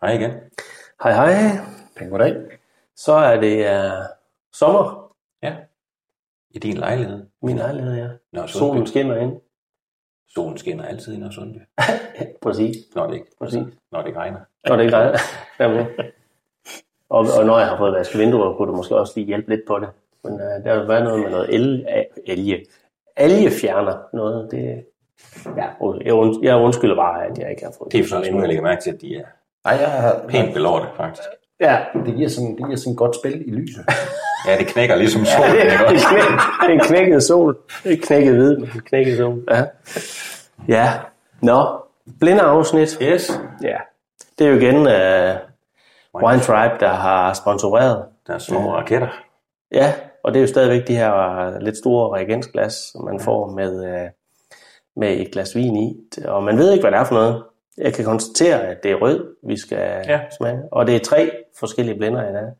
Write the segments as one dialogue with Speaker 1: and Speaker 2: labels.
Speaker 1: Hej igen.
Speaker 2: Hej hej. Pæn goddag. Så er det uh, sommer.
Speaker 1: Ja. I din lejlighed.
Speaker 2: Min lejlighed, ja.
Speaker 1: Nå, Sundby.
Speaker 2: Solen skinner ind.
Speaker 1: Solen skinner altid i Nørresundby.
Speaker 2: Præcis.
Speaker 1: Når det ikke,
Speaker 2: Præcis.
Speaker 1: når det ikke regner.
Speaker 2: Når det ikke regner. Jamen. og, og når jeg har fået vasket vinduer, kunne du måske også lige hjælpe lidt på det. Men uh, der har været noget med noget el, a- elge. Algefjerner noget. Det, ja, und- jeg, und, jeg undskylder bare, at jeg ikke har fået
Speaker 1: Det er for sådan, at jeg lægger mærke til, at de er
Speaker 2: Nej, jeg har...
Speaker 1: pænt belårte, faktisk.
Speaker 2: Ja, det giver sådan, det giver sådan godt spil i lyset.
Speaker 1: Ja, det knækker ligesom solen,
Speaker 2: det
Speaker 1: ikke
Speaker 2: er en,
Speaker 1: også?
Speaker 2: knæk, det er en knækket sol. Det er en knækket hvid, men en knækket sol. Ja. ja. Nå, blinde afsnit.
Speaker 1: Yes.
Speaker 2: Ja. Det er jo igen uh, Wine Tribe, der har sponsoreret.
Speaker 1: Der er små raketter.
Speaker 2: Ja, og det er jo stadigvæk de her lidt store reagensglas, som man får med, øh, med et glas vin i. Og man ved ikke, hvad det er for noget. Jeg kan konstatere, at det er rød, vi skal
Speaker 1: Ja.
Speaker 2: ja. smage. Og det er tre forskellige blender i dag.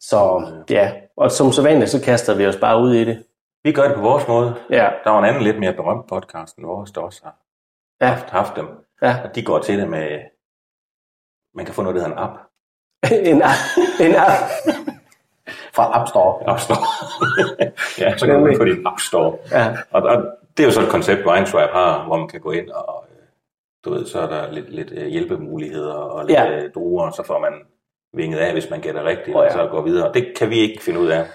Speaker 2: Så ja, og som så vanligt, så kaster vi os bare ud i det.
Speaker 1: Vi gør det på vores måde.
Speaker 2: Ja,
Speaker 1: Der var en anden lidt mere berømt podcast end vores, der også har
Speaker 2: ja,
Speaker 1: haft, haft dem.
Speaker 2: ja.
Speaker 1: Og de går til det med, man kan få noget, der hedder en app.
Speaker 2: En, a- en a- fra App Store.
Speaker 1: App Store. ja, så kan man
Speaker 2: Nemlig.
Speaker 1: få din App Store.
Speaker 2: Ja.
Speaker 1: Og, og det er jo så et koncept, Wineswipe har, hvor man kan gå ind og, øh, du ved, så er der lidt, lidt øh, hjælpemuligheder og lidt
Speaker 2: Ja.
Speaker 1: ja. druer, og så får man vinget af, hvis man gætter rigtigt,
Speaker 2: Åh,
Speaker 1: oh,
Speaker 2: ja.
Speaker 1: ja. og så går videre. Det kan vi ikke finde ud af.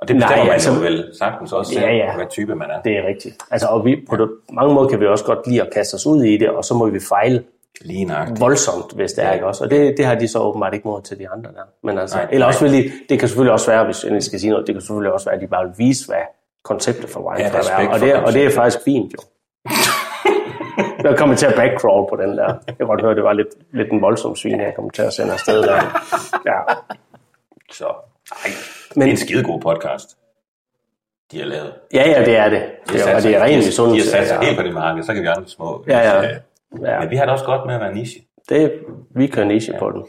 Speaker 1: Og det
Speaker 2: Nej,
Speaker 1: bestemmer Nej,
Speaker 2: altså-
Speaker 1: man jo vel sagtens også selv,
Speaker 2: Ja, ja.
Speaker 1: hvad type man er. Det.
Speaker 2: Det er rigtigt. Altså, og vi, på mange måder kan vi også godt lide at kaste os ud i det, og så må vi fejle
Speaker 1: Lige nøjagtigt.
Speaker 2: voldsomt, hvis det er, ikke også? Og det, det har de så åbenbart ikke mod til de andre der. Men altså,
Speaker 1: Nej,
Speaker 2: nej, eller
Speaker 1: nej.
Speaker 2: også vil de, det kan selvfølgelig også være, hvis jeg endelig skal sige noget, det kan selvfølgelig også være, at de bare vil vise, hvad konceptet for Wild
Speaker 1: Ja,
Speaker 2: Fire
Speaker 1: respekt
Speaker 2: er. Og
Speaker 1: for
Speaker 2: det, er- og det er
Speaker 1: konceptet.
Speaker 2: faktisk fint, jo. Jeg kommer til at backcrawl på den der. Jeg kan godt høre, det var lidt, lidt en voldsom svin, jeg kom til at sende afsted der. Ja.
Speaker 1: Så, ej,
Speaker 2: Men,
Speaker 1: det er en skidegod podcast, de har lavet.
Speaker 2: ja, ja, det er det.
Speaker 1: De har
Speaker 2: det er,
Speaker 1: sat
Speaker 2: og det
Speaker 1: sig-
Speaker 2: er rent
Speaker 1: de, de har sat
Speaker 2: misundeligt.
Speaker 1: sig
Speaker 2: Ja,
Speaker 1: helt på det marked, så kan vi andre små.
Speaker 2: ja,
Speaker 1: øh,
Speaker 2: ja. ja.
Speaker 1: Men vi har det også godt med at være niche.
Speaker 2: Det, vi kører niche på den.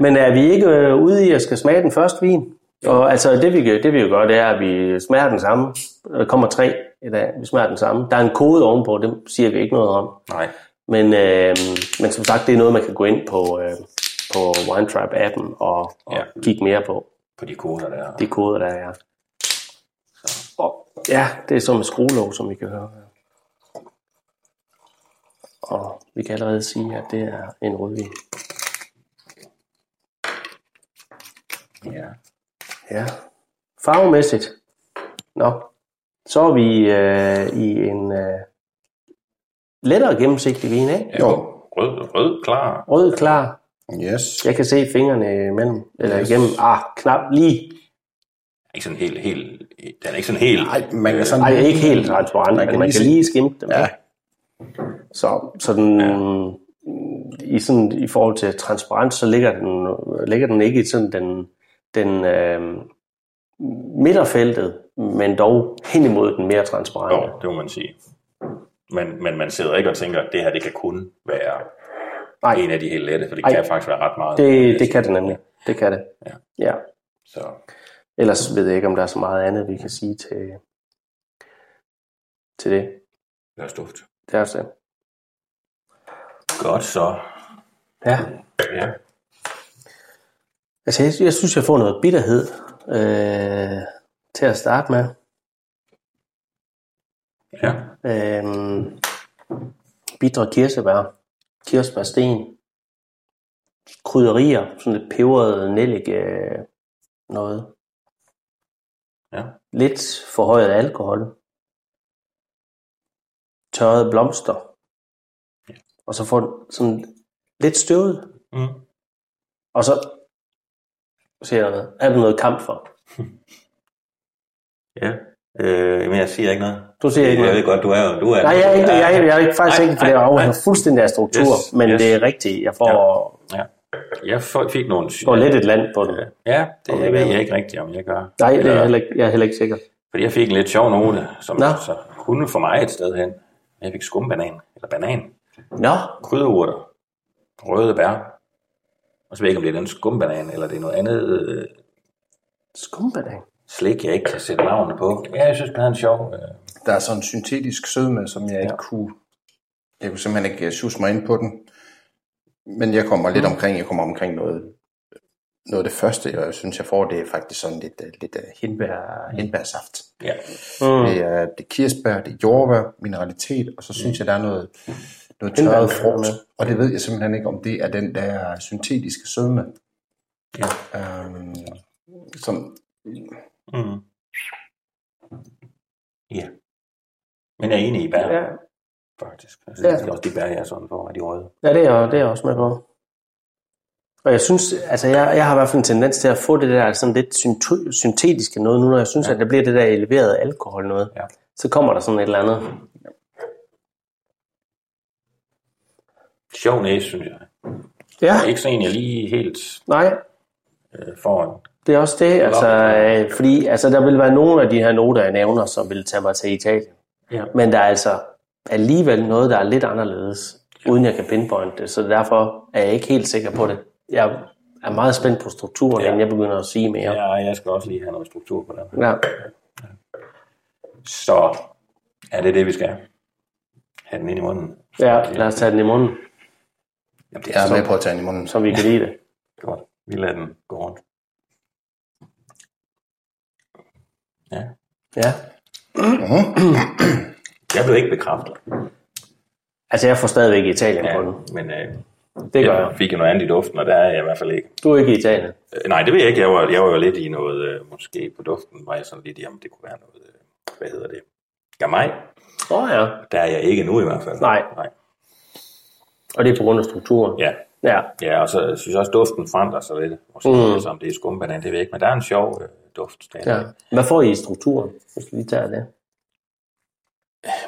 Speaker 2: Men er vi ikke øh, ude i at skal smage den første vin? Og altså, det vi, gør- det vi jo gør, det er, at vi smager den samme. Der kommer tre i dag, vi smager den samme. Der er en kode ovenpå, det siger vi ikke noget om.
Speaker 1: Nej.
Speaker 2: Men, øh, men som sagt, det er noget, man kan gå ind på, øh, på WineTribe-appen og, og
Speaker 1: Ja.
Speaker 2: ja. kigge mere på
Speaker 1: På de koder der. er.
Speaker 2: de koder, der er. Og, ja, det er som en skruelåg, som I kan høre. Og vi kan allerede sige, at det er en rødvin.
Speaker 1: Ja.
Speaker 2: Ja. Farvemæssigt. Nå. Så er vi øh, i en øh, lettere gennemsigtig vin, ikke?
Speaker 3: Jo.
Speaker 1: Rød, rød, klar.
Speaker 2: Rød klar.
Speaker 3: Yes.
Speaker 2: Jeg kan se fingrene imellem. Eller
Speaker 3: Yes.
Speaker 2: igennem. Ah, knap lige.
Speaker 1: Ikke sådan helt, helt, den er ikke sådan helt...
Speaker 3: Nej, man kan sådan...
Speaker 2: Nej, ikke helt transparent,
Speaker 3: Man
Speaker 2: men
Speaker 3: kan
Speaker 2: man
Speaker 3: lige
Speaker 2: kan
Speaker 3: se-
Speaker 2: lige skimte dem.
Speaker 3: Ja.
Speaker 2: ikke? Så, så den, ja. i, sådan, i forhold til transparens, så ligger den, ligger den ikke i sådan den, den øh, midterfeltet, men dog hen imod den mere transparente.
Speaker 1: Jo, det må man sige. Men, men man sidder ikke og tænker, at det her det kan kun være
Speaker 2: Nej.
Speaker 1: en af de helt lette, for det
Speaker 2: Ej.
Speaker 1: Ej. kan faktisk være ret meget.
Speaker 2: Det, det kan det nemlig. Det kan det.
Speaker 1: Ja.
Speaker 2: ja.
Speaker 1: Så,
Speaker 2: Ellers ved jeg ikke, om der er så meget andet, vi kan sige til, til det.
Speaker 1: lad os duft.
Speaker 2: Det er også det.
Speaker 1: Godt så.
Speaker 2: Ja.
Speaker 1: Ja.
Speaker 2: Altså, jeg, jeg synes, jeg får noget bitterhed øh, til at starte med.
Speaker 1: Ja.
Speaker 2: Øh, bitre kirsebær, kirsebærsten, krydderier, sådan lidt peberet nellik øh, noget.
Speaker 1: Ja.
Speaker 2: Lidt forhøjet alkohol. Tørrede blomster. Og så får den sådan lidt støvet.
Speaker 1: Mm.
Speaker 2: Og så siger jeg noget. Er der noget kamp for?
Speaker 1: Ja. Øh, men jeg siger ikke noget.
Speaker 2: Du siger ikke
Speaker 1: jeg ved
Speaker 2: noget.
Speaker 1: godt, du er jo... Du er,
Speaker 2: Nej, jeg er, ikke, jeg, er, jeg er ikke, faktisk
Speaker 1: Nej,
Speaker 2: ikke, for
Speaker 1: nej,
Speaker 2: det er
Speaker 1: nej.
Speaker 2: afhænger fuldstændig af struktur,
Speaker 1: Yes,
Speaker 2: men
Speaker 1: yes.
Speaker 2: det er rigtigt. Jeg får,
Speaker 1: Ja. Jeg får- fik nogle... sy-
Speaker 2: får lidt et land på den.
Speaker 1: Ja, det
Speaker 2: Okay.
Speaker 1: ved jeg ikke rigtigt, om jeg gør.
Speaker 2: Nej, det er
Speaker 1: Eller-
Speaker 2: jeg heller ikke, jeg er heller ikke sikker.
Speaker 1: Fordi jeg fik en lidt sjov note, som
Speaker 2: Nå.
Speaker 1: så kunne få mig et sted hen. Jeg fik skumbanan, eller banan,
Speaker 2: Nå,
Speaker 1: krydderurter, røde bær. Og så ved jeg ikke, om det er den skumbanan, eller det er noget andet øh,
Speaker 2: skumbanan.
Speaker 1: slik, jeg ikke kan sætte navnet på. Ja, jeg synes, det er en sjov... Øh,
Speaker 4: Der er sådan en syntetisk sødme, som jeg ikke kunne... Jeg kunne simpelthen ikke øh, sjusse mig ind på den. Men jeg kommer
Speaker 2: Mm.
Speaker 4: lidt omkring, jeg kommer omkring noget, noget af det første, og jeg synes, jeg får, det er faktisk sådan lidt, øh, lidt øh, hindbær, hindbærsaft.
Speaker 1: ja.
Speaker 4: Mm. Det er det er kirsebær, det er jordbær, mineralitet, og så synes jeg, der er noget, noget
Speaker 2: Hindbær
Speaker 4: tørret
Speaker 2: er
Speaker 4: frugt.
Speaker 2: med.
Speaker 4: Og det ved jeg simpelthen ikke, om det er den der syntetiske sødme.
Speaker 1: Ja.
Speaker 4: Øhm, som,
Speaker 1: Mm. ja. Men jeg er enig i bær,
Speaker 2: Ja,
Speaker 1: ja. faktisk. Altså, Jeg synes,
Speaker 2: Ja.
Speaker 1: det er også de bær, jeg er sådan for, er de røde.
Speaker 2: ja det, er, det er jeg også med på. Og jeg synes, altså jeg, jeg har i hvert fald en tendens til at få det der sådan lidt synto- syntetiske noget nu, når jeg synes, ja. at der bliver det der eleverede alkohol noget.
Speaker 1: Ja.
Speaker 2: Så kommer der sådan et eller andet.
Speaker 1: Sjov næse, synes jeg.
Speaker 2: Ja,
Speaker 1: Ikke sådan en, jeg lige helt
Speaker 2: nej,
Speaker 1: øh, foran.
Speaker 2: Det er også det, altså, øh, fordi altså, der vil være nogle af de her noter, jeg nævner, som vil tage mig til Italien.
Speaker 1: Ja.
Speaker 2: Men der er altså alligevel noget, der er lidt anderledes, uden jeg kan pinpointe det, så derfor er jeg ikke helt sikker på det. Jeg er meget spændt på strukturen,
Speaker 1: Ja.
Speaker 2: ja. inden jeg begynder at sige mere.
Speaker 1: Ja, jeg skal også lige have noget struktur på den.
Speaker 2: Ja.
Speaker 1: Så er det det, vi skal. Have den ind i munden.
Speaker 2: ja, lad os tage den i munden,
Speaker 1: Jamen,
Speaker 4: jeg er med på at tage den i munden.
Speaker 2: så vi kan lide det.
Speaker 1: Godt. Vi lader den gå rundt. Ja. Mm-hmm.
Speaker 2: Ja.
Speaker 1: Jeg blev ikke bekræftet.
Speaker 2: Altså, jeg får stadigvæk Italien ja.
Speaker 1: Ja,
Speaker 2: på den.
Speaker 1: men øh,
Speaker 2: Det gør
Speaker 1: jeg
Speaker 2: jeg.
Speaker 1: fik jo noget andet i duften, og der er jeg i hvert fald ikke.
Speaker 2: Du er ikke i Italien.
Speaker 1: Øh, nej, det ved jeg ikke. Jeg var, jeg var jo lidt i noget, øh, måske på duften var jeg sådan lidt i, om det kunne være noget, øh, hvad hedder det? Gamay.
Speaker 2: Åh oh, ja.
Speaker 1: Der er jeg ikke nu i hvert fald.
Speaker 2: Nej.
Speaker 1: nej.
Speaker 2: Og det er på grund af strukturen.
Speaker 1: Ja,
Speaker 2: ja.
Speaker 1: Ja, og så synes jeg også, duften forandrer sig lidt. Måske mm. som det er skumbanan, det ved jeg ikke, men der er en sjov øh, duft. Der
Speaker 2: ja.
Speaker 1: ja.
Speaker 2: Hvad får I i strukturen, hvis vi lige tager det?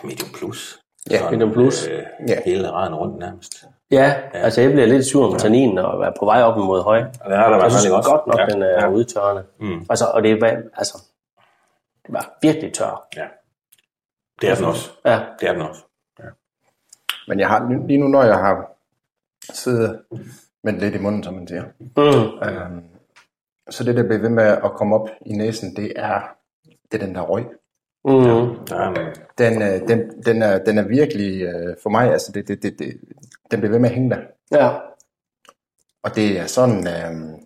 Speaker 1: Medium plus.
Speaker 4: Ja,
Speaker 2: medium plus.
Speaker 1: Øh,
Speaker 4: Ja.
Speaker 1: ja. Hele raden rundt nærmest.
Speaker 2: Ja, altså jeg bliver lidt i tvivl om tanninen og være på vej op imod høj.
Speaker 1: Og den er der i
Speaker 2: Jeg
Speaker 1: hvert fald
Speaker 2: synes
Speaker 1: ikke også.
Speaker 2: godt nok,
Speaker 1: ja.
Speaker 2: den er
Speaker 1: ja.
Speaker 2: udtørrende.
Speaker 1: Mm.
Speaker 2: Altså, og det er, va- altså, det var virkelig tør.
Speaker 1: ja. Det er den også.
Speaker 2: Ja,
Speaker 1: Det er den også.
Speaker 4: Men jeg har, lige nu, når jeg har siddet med den lidt i munden, som man siger,
Speaker 2: mm.
Speaker 4: øhm, så det, der bliver ved med at komme op i næsen, det er, det er den der røg.
Speaker 2: Mm.
Speaker 1: Der er en,
Speaker 4: Den, øh, den, den, er, den er virkelig, øh, for mig, altså, det, det, det, det, den bliver ved med at hænge der.
Speaker 2: ja.
Speaker 4: Og det er sådan øh,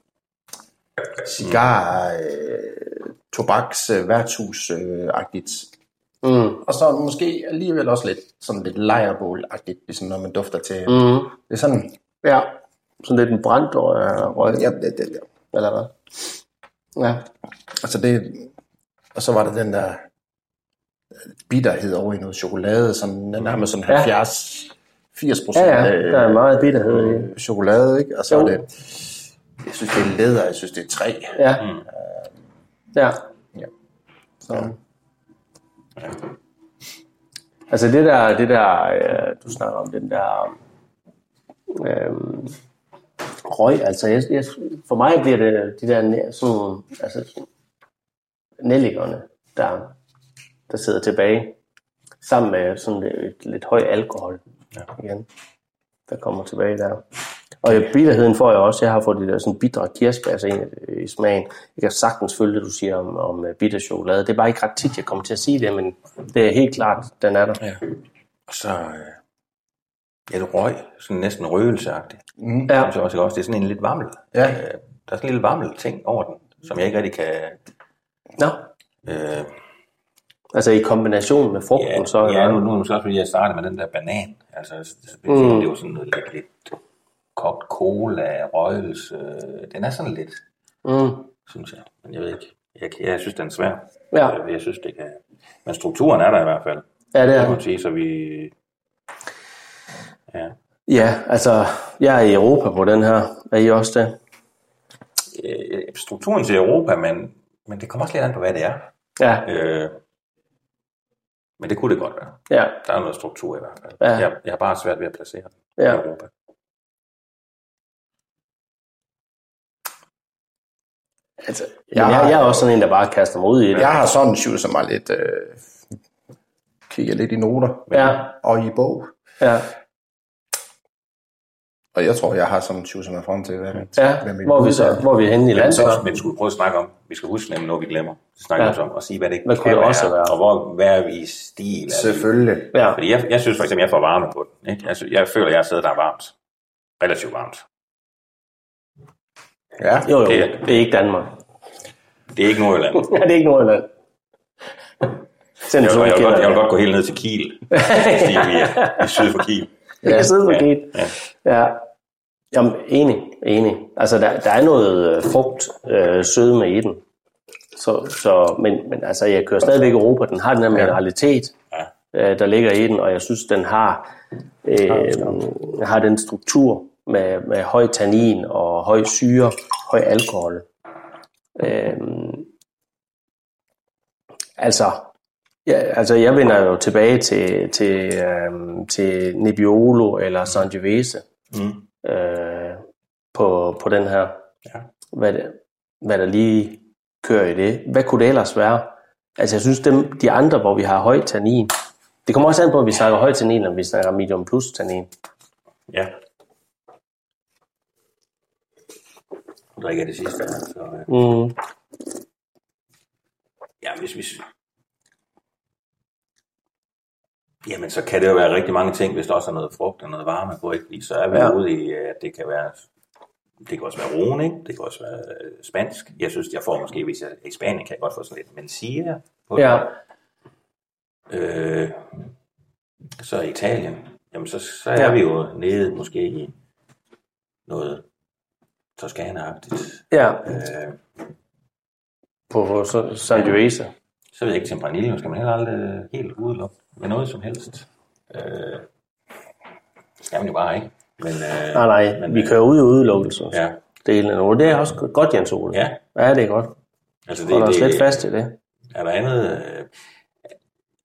Speaker 4: cigar, øh, tobaks, øh, værtshus-agtigt.
Speaker 2: Mm.
Speaker 4: Og så måske alligevel også lidt sådan lidt lejerbål-agtigt, ligesom når man dufter til. Mm.
Speaker 2: Mm.
Speaker 4: Det er sådan,
Speaker 2: ja, sådan lidt en brændt øh, røg,
Speaker 4: ja, det, det, ja.
Speaker 2: eller hvad? Ja,
Speaker 4: Altså det, og så var der den der øh, bitterhed over i noget chokolade, som er nærmest sådan
Speaker 2: Mm. Ja.
Speaker 4: 70, 80
Speaker 2: ja,
Speaker 4: procent
Speaker 2: ja der er meget bitterhed i.
Speaker 4: øh, chokolade, ikke? Og så
Speaker 2: Jo.
Speaker 4: er det, jeg synes, det er læder, jeg synes, det er træ. Øh,
Speaker 2: Ja, ja.
Speaker 4: Så,
Speaker 2: Altså det der, det der øh, du snakker om, den der øh, røg, altså jeg, jeg, for mig bliver det de der næ- sådan, altså, nellikerne, der, der sidder tilbage, sammen med sådan et, et lidt høj alkohol ja. igen, der kommer tilbage der. Og jeg- bitterheden får jeg også. Jeg har fået det der sådan bitre kirsebær altså ind i- i smagen. Jeg kan sagtens følge det, du siger om, om øh, bitter chokolade. Det er bare ikke ret tit, jeg kommer til at sige det, men det er helt klart, den er der.
Speaker 1: ja. Og så øh, et røg, sådan næsten røgelseagtigt.
Speaker 4: Mm.
Speaker 2: Ja.
Speaker 1: Synes jeg også, ikke også? Det er sådan en lidt varmel.
Speaker 4: Ja.
Speaker 1: Øh, der er sådan en lille varmel ting over den, som jeg ikke rigtig kan...
Speaker 2: Nå,
Speaker 1: Øh,
Speaker 2: altså i kombination med frugten,
Speaker 1: ja,
Speaker 2: så...
Speaker 1: ja, nu, nu er det måske også, fordi jeg startede med den der banan. Altså, det, det, mm. det var sådan noget lidt, lidt kogt cola, røgelse. Øh, Den er sådan lidt,
Speaker 2: Mm.
Speaker 1: synes jeg. Men jeg ved ikke. Jeg, kan- jeg synes, den er svær.
Speaker 2: Ja.
Speaker 1: Øh, Jeg synes, det kan... Men strukturen er der i hvert fald.
Speaker 2: ja, det er
Speaker 1: kan
Speaker 2: den.
Speaker 1: man sige, så vi... Ja.
Speaker 2: Ja, altså, jeg er i Europa på den her. Er I også det?
Speaker 1: Øh, Strukturen til Europa, men, men det kommer også lidt an på, hvad det er.
Speaker 2: Ja,
Speaker 1: Øh, men det kunne det godt være.
Speaker 2: ja,
Speaker 1: Der er noget struktur i hvert fald.
Speaker 2: Ja.
Speaker 1: Jeg, jeg har bare svært ved at placere den
Speaker 2: ja.
Speaker 1: i Europa.
Speaker 4: Altså,
Speaker 2: Jeg, jeg, jeg er også sådan en, der bare kaster mig ud i det.
Speaker 4: jeg har sådan syet som mig lidt, øh, kigger lidt i noter
Speaker 2: ja,
Speaker 4: og i bog.
Speaker 2: ja.
Speaker 4: Og jeg tror, jeg har sådan syet som mig frem til, hvad,
Speaker 2: ja.
Speaker 4: hvad mit
Speaker 2: Hvor, er vi
Speaker 4: bud
Speaker 2: så,
Speaker 4: er.
Speaker 2: hvor er vi henne i
Speaker 1: Men,
Speaker 2: landet?
Speaker 1: så, men vi skulle prøve at snakke om, vi skal huske nemlig noget, vi glemmer. Det snakker
Speaker 2: Ja.
Speaker 1: ja. om, og sige, hvad det
Speaker 2: Hvad
Speaker 1: kan
Speaker 2: kunne det
Speaker 1: være,
Speaker 2: også være?
Speaker 1: og hvor, hvad er vi i stil? Er
Speaker 4: Selvfølgelig.
Speaker 2: Ja,
Speaker 1: Vi, fordi jeg, jeg synes for eksempel, jeg får varme på den. Ikke? Jeg, sy- jeg føler, jeg sidder der er varmt. Relativt varmt.
Speaker 4: Ja.
Speaker 2: jo, jo.
Speaker 1: Det-
Speaker 2: Det er ikke Danmark.
Speaker 1: Det er ikke Nordjylland.
Speaker 2: Ja, det er ikke Nordjylland. Selvom
Speaker 1: Jeg
Speaker 2: du
Speaker 1: vil, jeg,
Speaker 2: ikke
Speaker 1: vil godt, jeg vil
Speaker 2: kender det.
Speaker 1: godt gå helt ned til Kiel, hvis det er, vi er vi er syd for Kiel.
Speaker 2: Jeg kan sidde på
Speaker 1: Ja,
Speaker 2: gate.
Speaker 1: ja.
Speaker 2: Ja. Jamen, enig, enig. Altså, der, der er noget øh, frugt øh, sødme i den. Så, så, men, men altså, jeg kører stadigvæk Europa. Den har den her mineralitet, øh, der ligger i den, og jeg synes, den har, øh, har den struktur med, med høj tannin og høj syre, høj alkohol. Øh, altså, Ja, altså jeg vender jo tilbage til, til, øhm, til Nebbiolo eller Sangiovese mm. øh, på, på den her.
Speaker 1: Ja.
Speaker 2: Hvad, det- hvad der lige kører i det. Hvad kunne det ellers være? Altså jeg synes, dem, de andre, hvor vi har høj tannin, det kommer også an på, om vi snakker høj tannin, eller om vi snakker medium plus tannin.
Speaker 1: Ja. Nu drikker jeg det sidste. Så, øh,
Speaker 2: Mm.
Speaker 1: ja, hvis vi... Jamen, så kan det jo være rigtig mange ting, hvis der også er noget frugt og noget varme på, ikke? Fordi så er vi
Speaker 2: Ja.
Speaker 1: ja. ude i, at det kan være... Det kan også være roen, ikke? Det kan også være øh, spansk. Jeg synes, jeg får måske, hvis jeg er i Spanien, kan jeg godt få sådan lidt mencia på det.
Speaker 2: Ja,
Speaker 1: Øh, så Italien. Jamen, så, så
Speaker 2: Ja.
Speaker 1: er vi jo nede måske i noget Toskana-agtigt.
Speaker 2: ja.
Speaker 1: Øh,
Speaker 2: på Sa- Sangiovese.
Speaker 1: så ved jeg ikke, Tempranillo skal man heller aldrig øh, helt udelukke med noget som helst. Øh, skal man jo bare ikke. Men, øh,
Speaker 2: Nej, nej,
Speaker 1: men,
Speaker 2: vi
Speaker 1: øh,
Speaker 2: kører ud i udelukkelse.
Speaker 1: Ja,
Speaker 2: Delen af Norden. Det er også godt, Jens Ole.
Speaker 1: ja.
Speaker 2: ja det er godt.
Speaker 1: Altså,
Speaker 2: Holder os lidt fast i det.
Speaker 1: Er der andet... Øh,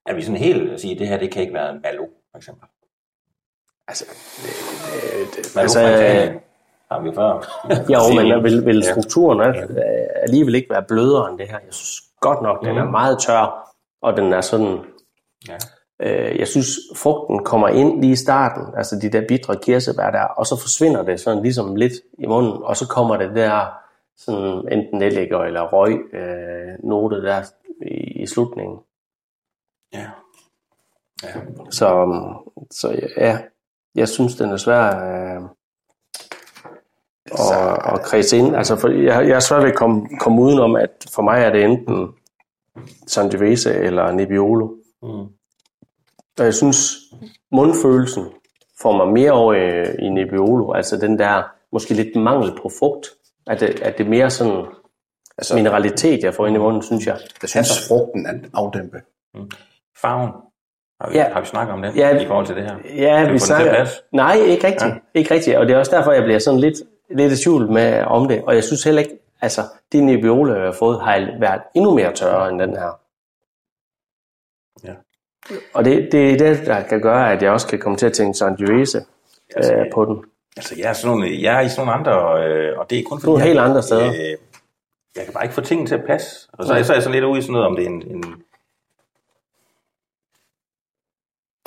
Speaker 1: er vi sådan helt at sige, at det her det kan ikke være en Malo, for eksempel?
Speaker 2: Altså, øh, øh, det,
Speaker 1: Malo altså,
Speaker 2: altså
Speaker 1: fra
Speaker 2: øh,
Speaker 1: Italien har vi jo før.
Speaker 2: jo,
Speaker 1: set.
Speaker 2: men vil, vil
Speaker 1: Ja.
Speaker 2: strukturen al- øh, alligevel ikke være blødere end det her? Jeg synes godt nok, den er
Speaker 1: Mm.
Speaker 2: meget tør, og den er sådan...
Speaker 1: Ja.
Speaker 2: Øh, jeg synes, frugten kommer ind lige i starten, altså de der bitre kirsebær der, og så forsvinder det sådan ligesom lidt i munden, og så kommer det der sådan enten nelliker eller røg øh, note der i, i slutningen.
Speaker 1: Ja. ja.
Speaker 2: Så, øhm, så ja, jeg synes, den er svær øh, at, at kredse ind. Altså, for jeg, jeg er svær ved at komme, komme udenom, at for mig er det enten Sangiovese eller Nebbiolo.
Speaker 1: Mm.
Speaker 2: Og jeg synes, mundfølelsen får mig mere over i, i Nebbiolo. Altså den der, måske lidt mangel på frugt. At det, at det er mere sådan
Speaker 4: Altså,
Speaker 2: mineralitet, jeg får ind i munden, synes jeg.
Speaker 4: jeg synes, frugten er en afdæmpe.
Speaker 1: Farven. Har vi,
Speaker 2: Ja.
Speaker 1: ja. har vi snakket om det
Speaker 2: Ja.
Speaker 1: ja. i forhold til det her?
Speaker 2: Ja,
Speaker 1: vi få den
Speaker 2: vi
Speaker 1: til at
Speaker 2: snakker...
Speaker 1: passe?
Speaker 2: Nej, ikke rigtigt. Ja. Ikke rigtigt. Og det er også derfor, jeg bliver sådan lidt, lidt i tvivl med, om det. Og jeg synes heller ikke, altså, de nebbiole, jeg har fået, har været endnu mere tørre end den her.
Speaker 1: Ja.
Speaker 2: Og det, det er det, der kan gøre, at jeg også kan komme til at tænke Sangiovese øh, på den.
Speaker 1: Altså, jeg er, sådan nogle, jeg er i sådan nogle andre, øh, og det er kun fordi...
Speaker 2: Du er
Speaker 1: jeg-
Speaker 2: helt andre steder.
Speaker 1: Øh, jeg kan bare ikke få tingene til at passe. Og så, er- så er jeg sådan lidt ude i sådan noget, om det er en... en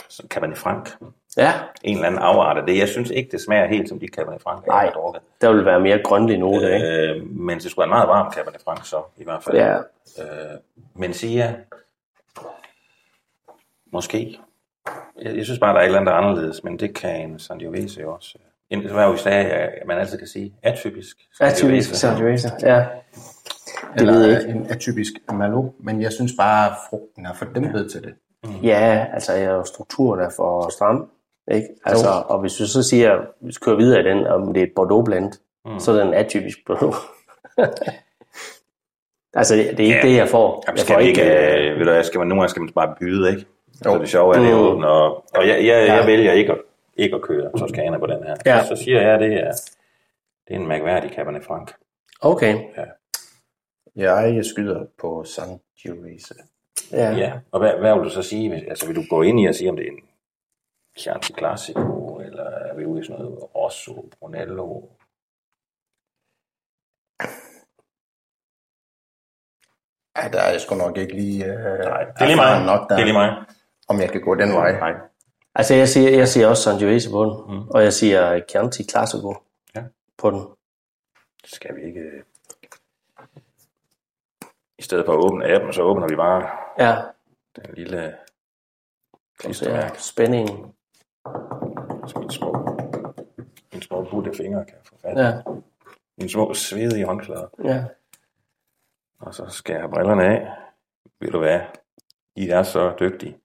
Speaker 1: så Cabernet Franc.
Speaker 2: Ja,
Speaker 1: En eller anden afart af det. Jeg synes ikke, det smager helt som de Cabernet Franc, jeg
Speaker 2: Nej.
Speaker 1: har drukket.
Speaker 2: der vil være mere grønlig note, øh, ikke?
Speaker 1: Øh, men det skulle være en meget varm Cabernet Franc, så i hvert fald.
Speaker 2: Ja,
Speaker 1: Øh, men siger... Måske. Jeg, jeg synes bare, der er et eller andet der er anderledes, men det kan en Sangiovese jo også. øh, En, det var jo i sagde, at man altid kan sige atypisk.
Speaker 2: Atypisk Sangiovese, ja. Det
Speaker 4: Eller
Speaker 2: ved jeg ikke.
Speaker 4: en atypisk malo, men jeg synes bare, at frugten er fordæmpet til det.
Speaker 2: Ja, altså ja, strukturen er for stram. Ikke? Altså, og hvis du så siger, hvis vi kører videre i den, om det er et Bordeaux-blend, mm. så er den atypisk Bordeaux. altså, det det er ikke
Speaker 1: Ja.
Speaker 2: det, jeg får.
Speaker 1: Jamen,
Speaker 2: jeg
Speaker 1: skal
Speaker 2: får
Speaker 1: vi ikke, øh, ved du hvad, skal man, nogle gange skal man bare byde, ikke? Jo. Så det sjove er, det er
Speaker 2: Mm.
Speaker 1: åbent, og, og jeg, jeg, jeg vælger ikke at, ikke at køre Toscana på den her.
Speaker 2: Ja.
Speaker 1: Så siger jeg, at det er, det er en mærkværdig Cabernet Franc.
Speaker 2: Okay,
Speaker 4: Jeg, jeg skyder på Sangiovese.
Speaker 2: ja.
Speaker 1: Ja, og hvad, hvad vil du så sige? Hvis, altså, vil du gå ind i og sige, om det er en Chianti Classico, eller er vi ude i sådan noget Rosso, Brunello?
Speaker 4: Ja, der er jeg sgu nok ikke lige... Øh,
Speaker 1: Nej, det er lige mig.
Speaker 4: erfaren Nok, der,
Speaker 1: Det er lige mig.
Speaker 4: Om jeg kan gå den vej.
Speaker 1: Nej.
Speaker 2: Altså, jeg siger, jeg siger også Sangiovese på den, mm. og jeg siger Chianti Classico
Speaker 1: Ja.
Speaker 2: på den.
Speaker 1: Skal vi ikke... øh, I stedet for at åbne appen, så åbner vi bare
Speaker 2: Ja,
Speaker 1: den lille
Speaker 2: og så er
Speaker 1: klistermærke,
Speaker 2: spændingen.
Speaker 1: som en små, en små butte fingre kan få fat i.
Speaker 2: Ja,
Speaker 1: Mine små svedige håndklæder.
Speaker 2: ja.
Speaker 1: Og så skal jeg have brillerne af. Ved du hvad? I er så dygtige.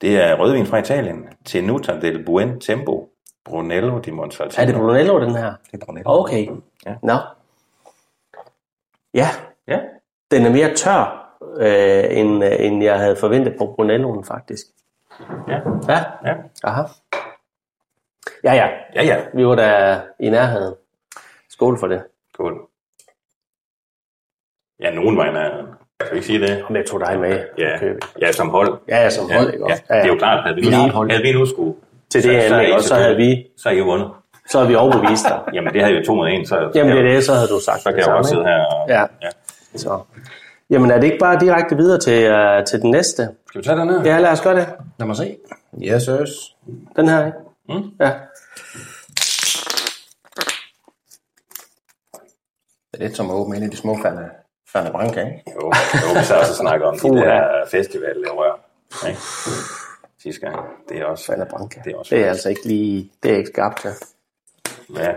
Speaker 1: Det er rødvin fra Italien. Tenuta del Buen Tempo. Brunello di Montalcino.
Speaker 2: Er det Brunello, den her?
Speaker 1: Det er Brunello.
Speaker 2: Okay.
Speaker 1: Ja.
Speaker 2: Nå. Ja,
Speaker 1: Ja.
Speaker 2: den er mere tør, øh, end, øh, end jeg havde forventet på Brunelloen, faktisk.
Speaker 1: Ja.
Speaker 2: Ja,
Speaker 1: Ja.
Speaker 2: aha. Ja, ja,
Speaker 1: Ja, ja.
Speaker 2: vi var da i nærheden. Skål for det.
Speaker 1: Cool. Ja, nogen vejen er... Kan vi ikke sige det?
Speaker 2: Om jeg tog dig med.
Speaker 1: Ja,
Speaker 2: Okay.
Speaker 1: ja som hold.
Speaker 2: Ja, ja, som hold, ikke
Speaker 1: ja,
Speaker 2: også?
Speaker 1: ja, det er jo klart, havde vi,
Speaker 2: Vi er et
Speaker 1: nu,
Speaker 2: hold.
Speaker 1: havde vi nu skulle...
Speaker 2: Til det
Speaker 1: så, så,
Speaker 2: anlæg,
Speaker 1: er I
Speaker 2: og så havde
Speaker 1: selvfølgelig-
Speaker 2: vi,
Speaker 1: Så er I jo vundet.
Speaker 2: så havde vi overbevist dig.
Speaker 1: Jamen, det har I jo to mod en, så...
Speaker 2: Jamen, det er det, så havde du sagt
Speaker 1: Så kan
Speaker 2: det
Speaker 1: jeg jo
Speaker 2: samme,
Speaker 1: godt sidde
Speaker 2: ikke?
Speaker 1: her og...
Speaker 2: Ja.
Speaker 1: ja.
Speaker 2: Så. Jamen, er det ikke bare direkte videre til, uh, til den næste?
Speaker 1: Skal vi tage den her?
Speaker 2: Ja, lad os gøre det.
Speaker 4: Lad mig se. Yes, yes.
Speaker 2: Den her, ikke?
Speaker 1: Mm.
Speaker 2: Ja.
Speaker 4: Det er lidt som at åbne ind i de små færne, færne branca, ikke?
Speaker 1: Jo, jo vi sad også og snakkede om de
Speaker 2: Puha.
Speaker 1: der festivalrør. ikke? Sidste gang. Det er også...
Speaker 2: Eller branca.
Speaker 1: Det er også...
Speaker 2: Det er altså ikke lige... Det er ikke skarpt, ja.
Speaker 1: Ja,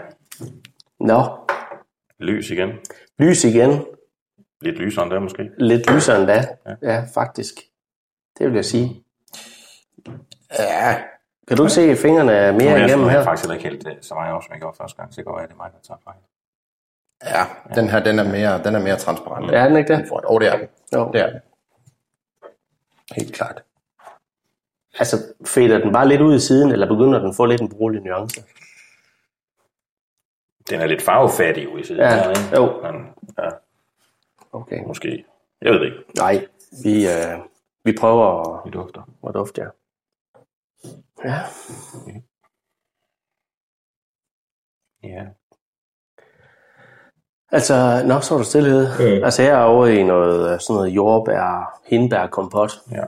Speaker 2: Nå.
Speaker 1: lys igen.
Speaker 2: Lys igen.
Speaker 1: Lidt lysere end der måske.
Speaker 2: Lidt lysere end da. Ja, faktisk. Det vil jeg sige.
Speaker 4: Ja,
Speaker 2: Kan du ikke se fingrene
Speaker 1: Nu
Speaker 2: mere
Speaker 1: er jeg
Speaker 2: igennem
Speaker 1: sådan,
Speaker 2: her?
Speaker 1: jeg faktisk heller ikke helt øh, så meget op, som jeg gjorde første gang. Så det går, at det er mig, der tager fejl.
Speaker 4: ja. Den her, den er mere, den er mere transparent.
Speaker 2: Er den ikke det?
Speaker 4: Åh, oh, det er den.
Speaker 2: Jo.
Speaker 4: Det er den. Helt klart.
Speaker 2: Altså, fader den bare lidt ud i siden, eller begynder den at få lidt en brugelig nuance?
Speaker 1: Den er lidt farvefattig ude i siden.
Speaker 2: Ja,
Speaker 1: her, ikke?
Speaker 2: jo.
Speaker 1: Men, ja,
Speaker 2: Okay.
Speaker 1: måske. Jeg ved det ikke.
Speaker 2: Nej, vi, øh, vi prøver at,
Speaker 1: Vi dufter.
Speaker 2: at dufte jer. Ja.
Speaker 1: Ja.
Speaker 2: Altså, nå, så er der stillhed.
Speaker 1: Øh.
Speaker 2: Altså, jeg er over i noget, øh, sådan noget jordbær, hindbær, kompot.
Speaker 1: Ja.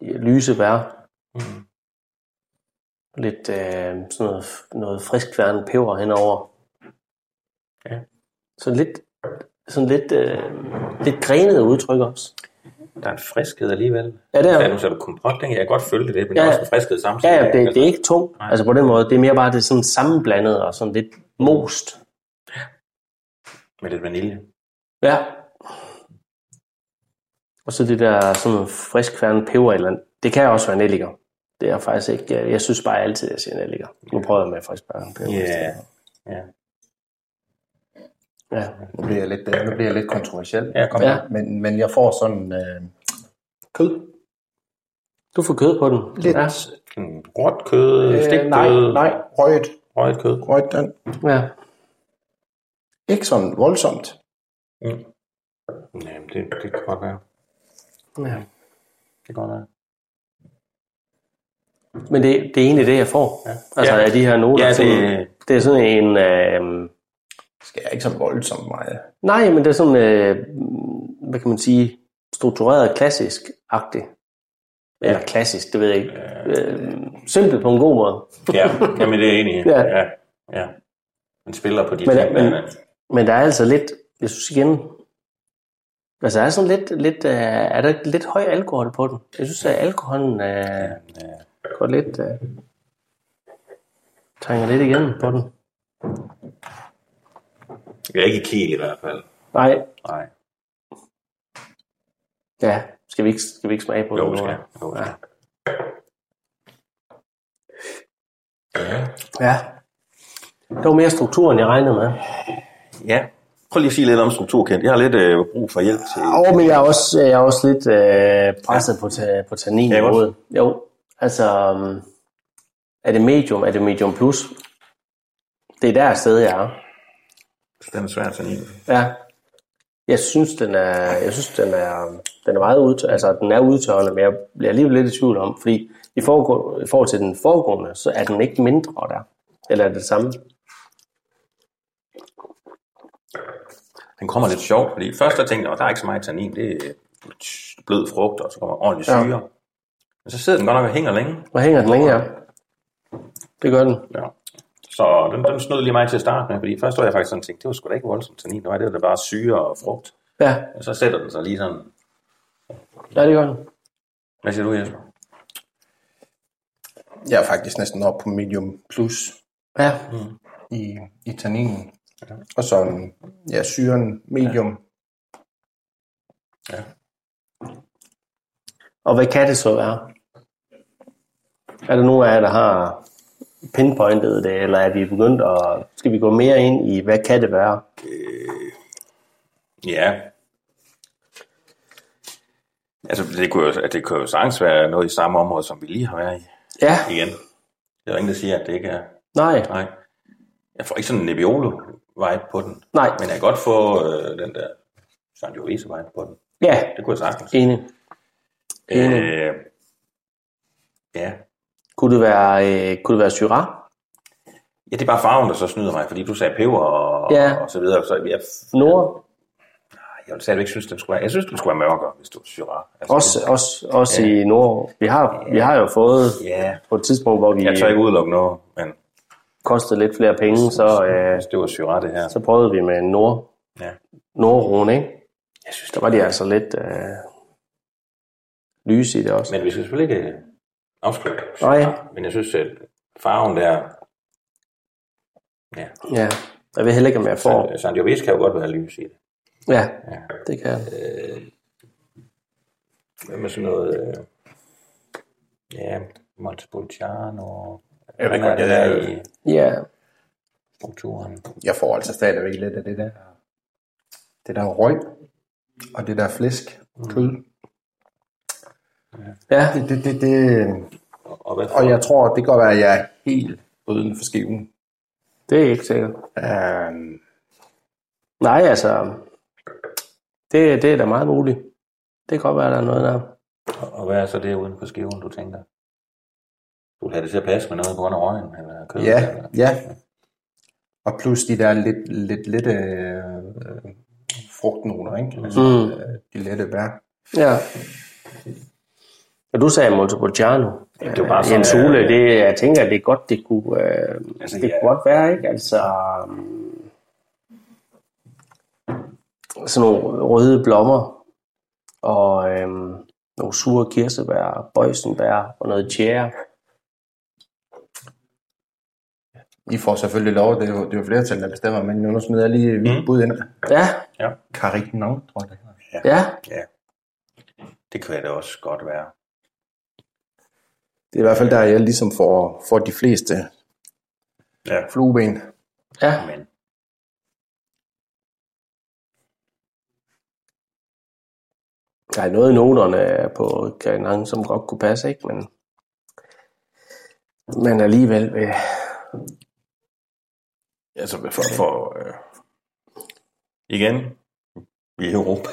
Speaker 2: Lyse bær.
Speaker 1: Mm.
Speaker 2: lidt øh, sådan noget, noget friskværende peber henover.
Speaker 1: Ja.
Speaker 2: Så lidt, sådan lidt, øh, lidt grenet udtryk også.
Speaker 1: Der er en friskhed alligevel.
Speaker 2: Ja, det er
Speaker 1: Ja, nu
Speaker 2: der.
Speaker 1: sagde du kompot, den kan jeg godt følge det, men der
Speaker 2: Ja,
Speaker 1: er også
Speaker 2: ja.
Speaker 1: en friskhed samtidig.
Speaker 2: Ja, ja, det, det er ikke tungt,
Speaker 1: Nej.
Speaker 2: altså på den måde. Det er mere bare det sådan sammenblandet og sådan lidt most.
Speaker 1: Med lidt vanilje.
Speaker 2: Ja. Og så det der sådan friskværende peber, eller det kan også være nelliker. Det er jeg faktisk ikke. Jeg, jeg synes bare altid, at jeg siger nelliker. Nu prøver jeg med friskværende peber. i stedet.
Speaker 1: Ja. Ja.
Speaker 2: Ja.
Speaker 4: Nu bliver jeg lidt, øh, nu bliver jeg lidt kontroversiel.
Speaker 1: Ja, kom.
Speaker 2: Ja.
Speaker 4: Men, men jeg får sådan øh, kød.
Speaker 2: Du får kød på den.
Speaker 4: Lidt.
Speaker 2: Ja.
Speaker 1: Mm, Råt kød, øh,
Speaker 4: Øh,
Speaker 1: stegkød,
Speaker 4: nej, nej. Røget.
Speaker 1: røget kød.
Speaker 4: Røget den.
Speaker 2: ja.
Speaker 4: Ikke sådan voldsomt.
Speaker 1: Mm. Jamen, det, det kan godt være.
Speaker 2: ja.
Speaker 1: Det kan godt være.
Speaker 2: Men det, det er egentlig det, jeg får. Ja. Altså
Speaker 1: Ja.
Speaker 2: af de her noter.
Speaker 1: Ja, det-
Speaker 2: sådan, det er sådan en... Øh,
Speaker 4: Skal jeg ikke så voldsomt meget.
Speaker 2: nej, men det er sådan, øh, hvad kan man sige, struktureret klassisk-agtigt. Eller klassisk, det ved jeg ikke. Øh, simpelt på en god måde.
Speaker 1: Ja, jamen, det er jeg enig i.
Speaker 2: Ja.
Speaker 1: ja. ja. Man spiller på de
Speaker 2: Men-
Speaker 1: ting,
Speaker 2: men-
Speaker 1: men, øh, men,
Speaker 2: Men der er altså lidt, jeg synes igen, altså der er sådan lidt, lidt øh, er der ikke lidt høj alkohol på den? Jeg synes, at alkoholen, øh,
Speaker 1: øh,
Speaker 2: går lidt, øh, trænger lidt igennem på den.
Speaker 1: Jeg er ikke i kiel i hvert fald.
Speaker 2: Nej,
Speaker 1: Nej.
Speaker 2: ja, skal vi ikke, skal vi ikke smage på
Speaker 1: Jo,
Speaker 2: den?
Speaker 1: vi
Speaker 2: nu,
Speaker 1: skal.
Speaker 2: eller?
Speaker 1: Jo, vi skal.
Speaker 2: Ja. Det var mere struktur, end jeg regnede med.
Speaker 1: Ja. Prøv lige at sige lidt om strukturkendt. Jeg har lidt øh, brug for hjælp til...
Speaker 2: Jo, men jeg er også, jeg er også lidt øh, presset på, ta- på tannin
Speaker 1: Ja,
Speaker 2: ja,
Speaker 1: godt.
Speaker 2: Jo, altså, um, er det medium, er det medium plus? Det er der sted, jeg er.
Speaker 1: Den er svær at tage ind.
Speaker 2: Ja. Jeg synes, den er, jeg synes, den er, den er meget udtørrende, altså, den er udtørrende, men jeg bliver alligevel lidt i tvivl om, fordi i, foregå, i forhold til den foregående, så er den ikke mindre der. Eller er det det samme?
Speaker 1: Den kommer lidt sjovt, fordi først jeg tænkte jeg, der er ikke så meget tannin, det er blød frugt, og så kommer ordentlig
Speaker 2: Ja.
Speaker 1: syre. Men så sidder den godt nok og hænger længe.
Speaker 2: Hvor hænger den længe her? Det gør den.
Speaker 1: Ja. Så den, den snød lige mig til at starte med, fordi først var jeg faktisk sådan tænkt, det var sgu da ikke voldsomt tannin, det var det, var da bare syre og frugt.
Speaker 2: Ja,
Speaker 1: Og så sætter den sig lige sådan.
Speaker 2: ja det gør den.
Speaker 1: Hvad siger du, Jesper?
Speaker 4: Jeg er faktisk næsten oppe på medium plus Mm.
Speaker 2: Ja,
Speaker 4: i, i tanninen. Og så en- ja, syren medium.
Speaker 2: og hvad kan det så være? Er der nogen af jer, der har pinpointet det, eller er vi begyndt at... Skal vi gå mere ind i, hvad kan det være?
Speaker 1: Ja. Altså, det kunne, jo, det kunne jo sagtens være noget i samme område, som vi lige har været i
Speaker 2: Ja,
Speaker 1: igen. Det er jo ingen, der siger, at det ikke er.
Speaker 2: nej,
Speaker 1: Nej. Jeg får ikke sådan en Nebbiolo-vibe på den.
Speaker 2: nej,
Speaker 1: Men jeg kan godt få øh, den der San Jose-vibe på den.
Speaker 2: ja,
Speaker 1: Det kunne jeg sagtens.
Speaker 2: enig. enig.
Speaker 1: Øh, ja.
Speaker 2: Kunne det være, øh, kunne det være Syrah?
Speaker 1: ja, det er bare farven, der så snyder mig, fordi du sagde peber og,
Speaker 2: Ja.
Speaker 1: og så videre. Så jeg,
Speaker 2: Nord?
Speaker 1: jeg ville stadigvæk synes, den skulle være, jeg synes, den skulle være mørkere, hvis du var Syrah. Altså,
Speaker 2: Også, også, også i Nord. Vi har, vi har jo fået
Speaker 1: Ja,
Speaker 2: på et tidspunkt, hvor vi
Speaker 1: jeg tør ikke udelukke noget, men
Speaker 2: kostede lidt flere penge, så, øh,
Speaker 1: hvis det var Syrah, det her.
Speaker 2: så prøvede vi med en Nord,
Speaker 1: Ja.
Speaker 2: Nordrone, ikke? Jeg synes, der var de altså lidt øh, lyse i det også.
Speaker 1: Men vi skal selvfølgelig ikke afskrive det.
Speaker 2: Nej.
Speaker 1: Men jeg synes, at farven der, ja,
Speaker 2: Ja, jeg ved heller ikke, om jeg får.
Speaker 1: San Jose kan jo godt være lys i det.
Speaker 2: Ja, det kan jeg.
Speaker 1: Hvad med sådan noget... Øh, ja, Montepulciano...
Speaker 4: Jeg ved
Speaker 1: Hvad er
Speaker 4: godt,
Speaker 1: det
Speaker 4: det
Speaker 1: der
Speaker 4: er-
Speaker 1: i
Speaker 2: Ja,
Speaker 1: strukturen?
Speaker 4: Jeg får altså stadigvæk lidt af det der, det der røg og det der flæsk, kød.
Speaker 2: Mm. ja,
Speaker 4: Det, det, det, det,
Speaker 1: Og, og hvad for,
Speaker 4: Og jeg tror, det kan godt være, at jeg er helt uden for skiven.
Speaker 2: det er ikke sikkert.
Speaker 4: Øhm,
Speaker 2: Nej, altså, det, det er da meget muligt. Det kan godt være, der er noget der.
Speaker 1: og hvad er så det uden for skiven, du tænker? Du vil have det til at passe med noget på grund af røgen, eller kød?
Speaker 4: ja,
Speaker 1: Eller?
Speaker 4: ja. Og plus de der lidt, lidt, lidt øh, øh, frugtnoter, ikke? Altså,
Speaker 2: Mm.
Speaker 4: øh, de lette bær.
Speaker 2: Ja. Og du sagde Montepulciano.
Speaker 1: Ja, det er jo bare
Speaker 2: Øh, Jens
Speaker 1: sådan,
Speaker 2: Ole,
Speaker 1: øh,
Speaker 2: det, jeg tænker, det er godt, det kunne, øh,
Speaker 1: Altså,
Speaker 2: altså, det
Speaker 1: ja.
Speaker 2: kunne godt være, ikke? Altså, mm, sådan nogle røde blommer, og øh, nogle sure kirsebær, bøjsenbær og noget tjære.
Speaker 4: I får selvfølgelig lov, det er jo, det er jo flertal, der bestemmer, men nu smider jeg lige mit bud ind.
Speaker 2: Mm. Ja,
Speaker 4: Carignan, tror jeg, det hedder.
Speaker 2: ja.
Speaker 1: Det kan det også godt være.
Speaker 4: Det er i hvert fald der, jeg ligesom får, får de fleste
Speaker 1: Ja,
Speaker 4: flueben.
Speaker 2: Ja,
Speaker 1: men...
Speaker 2: der er noget i noterne på Karinang, som godt kunne passe, ikke? Men, men alligevel, øh,
Speaker 1: Altså, for... for øh, igen, vi er i Europa.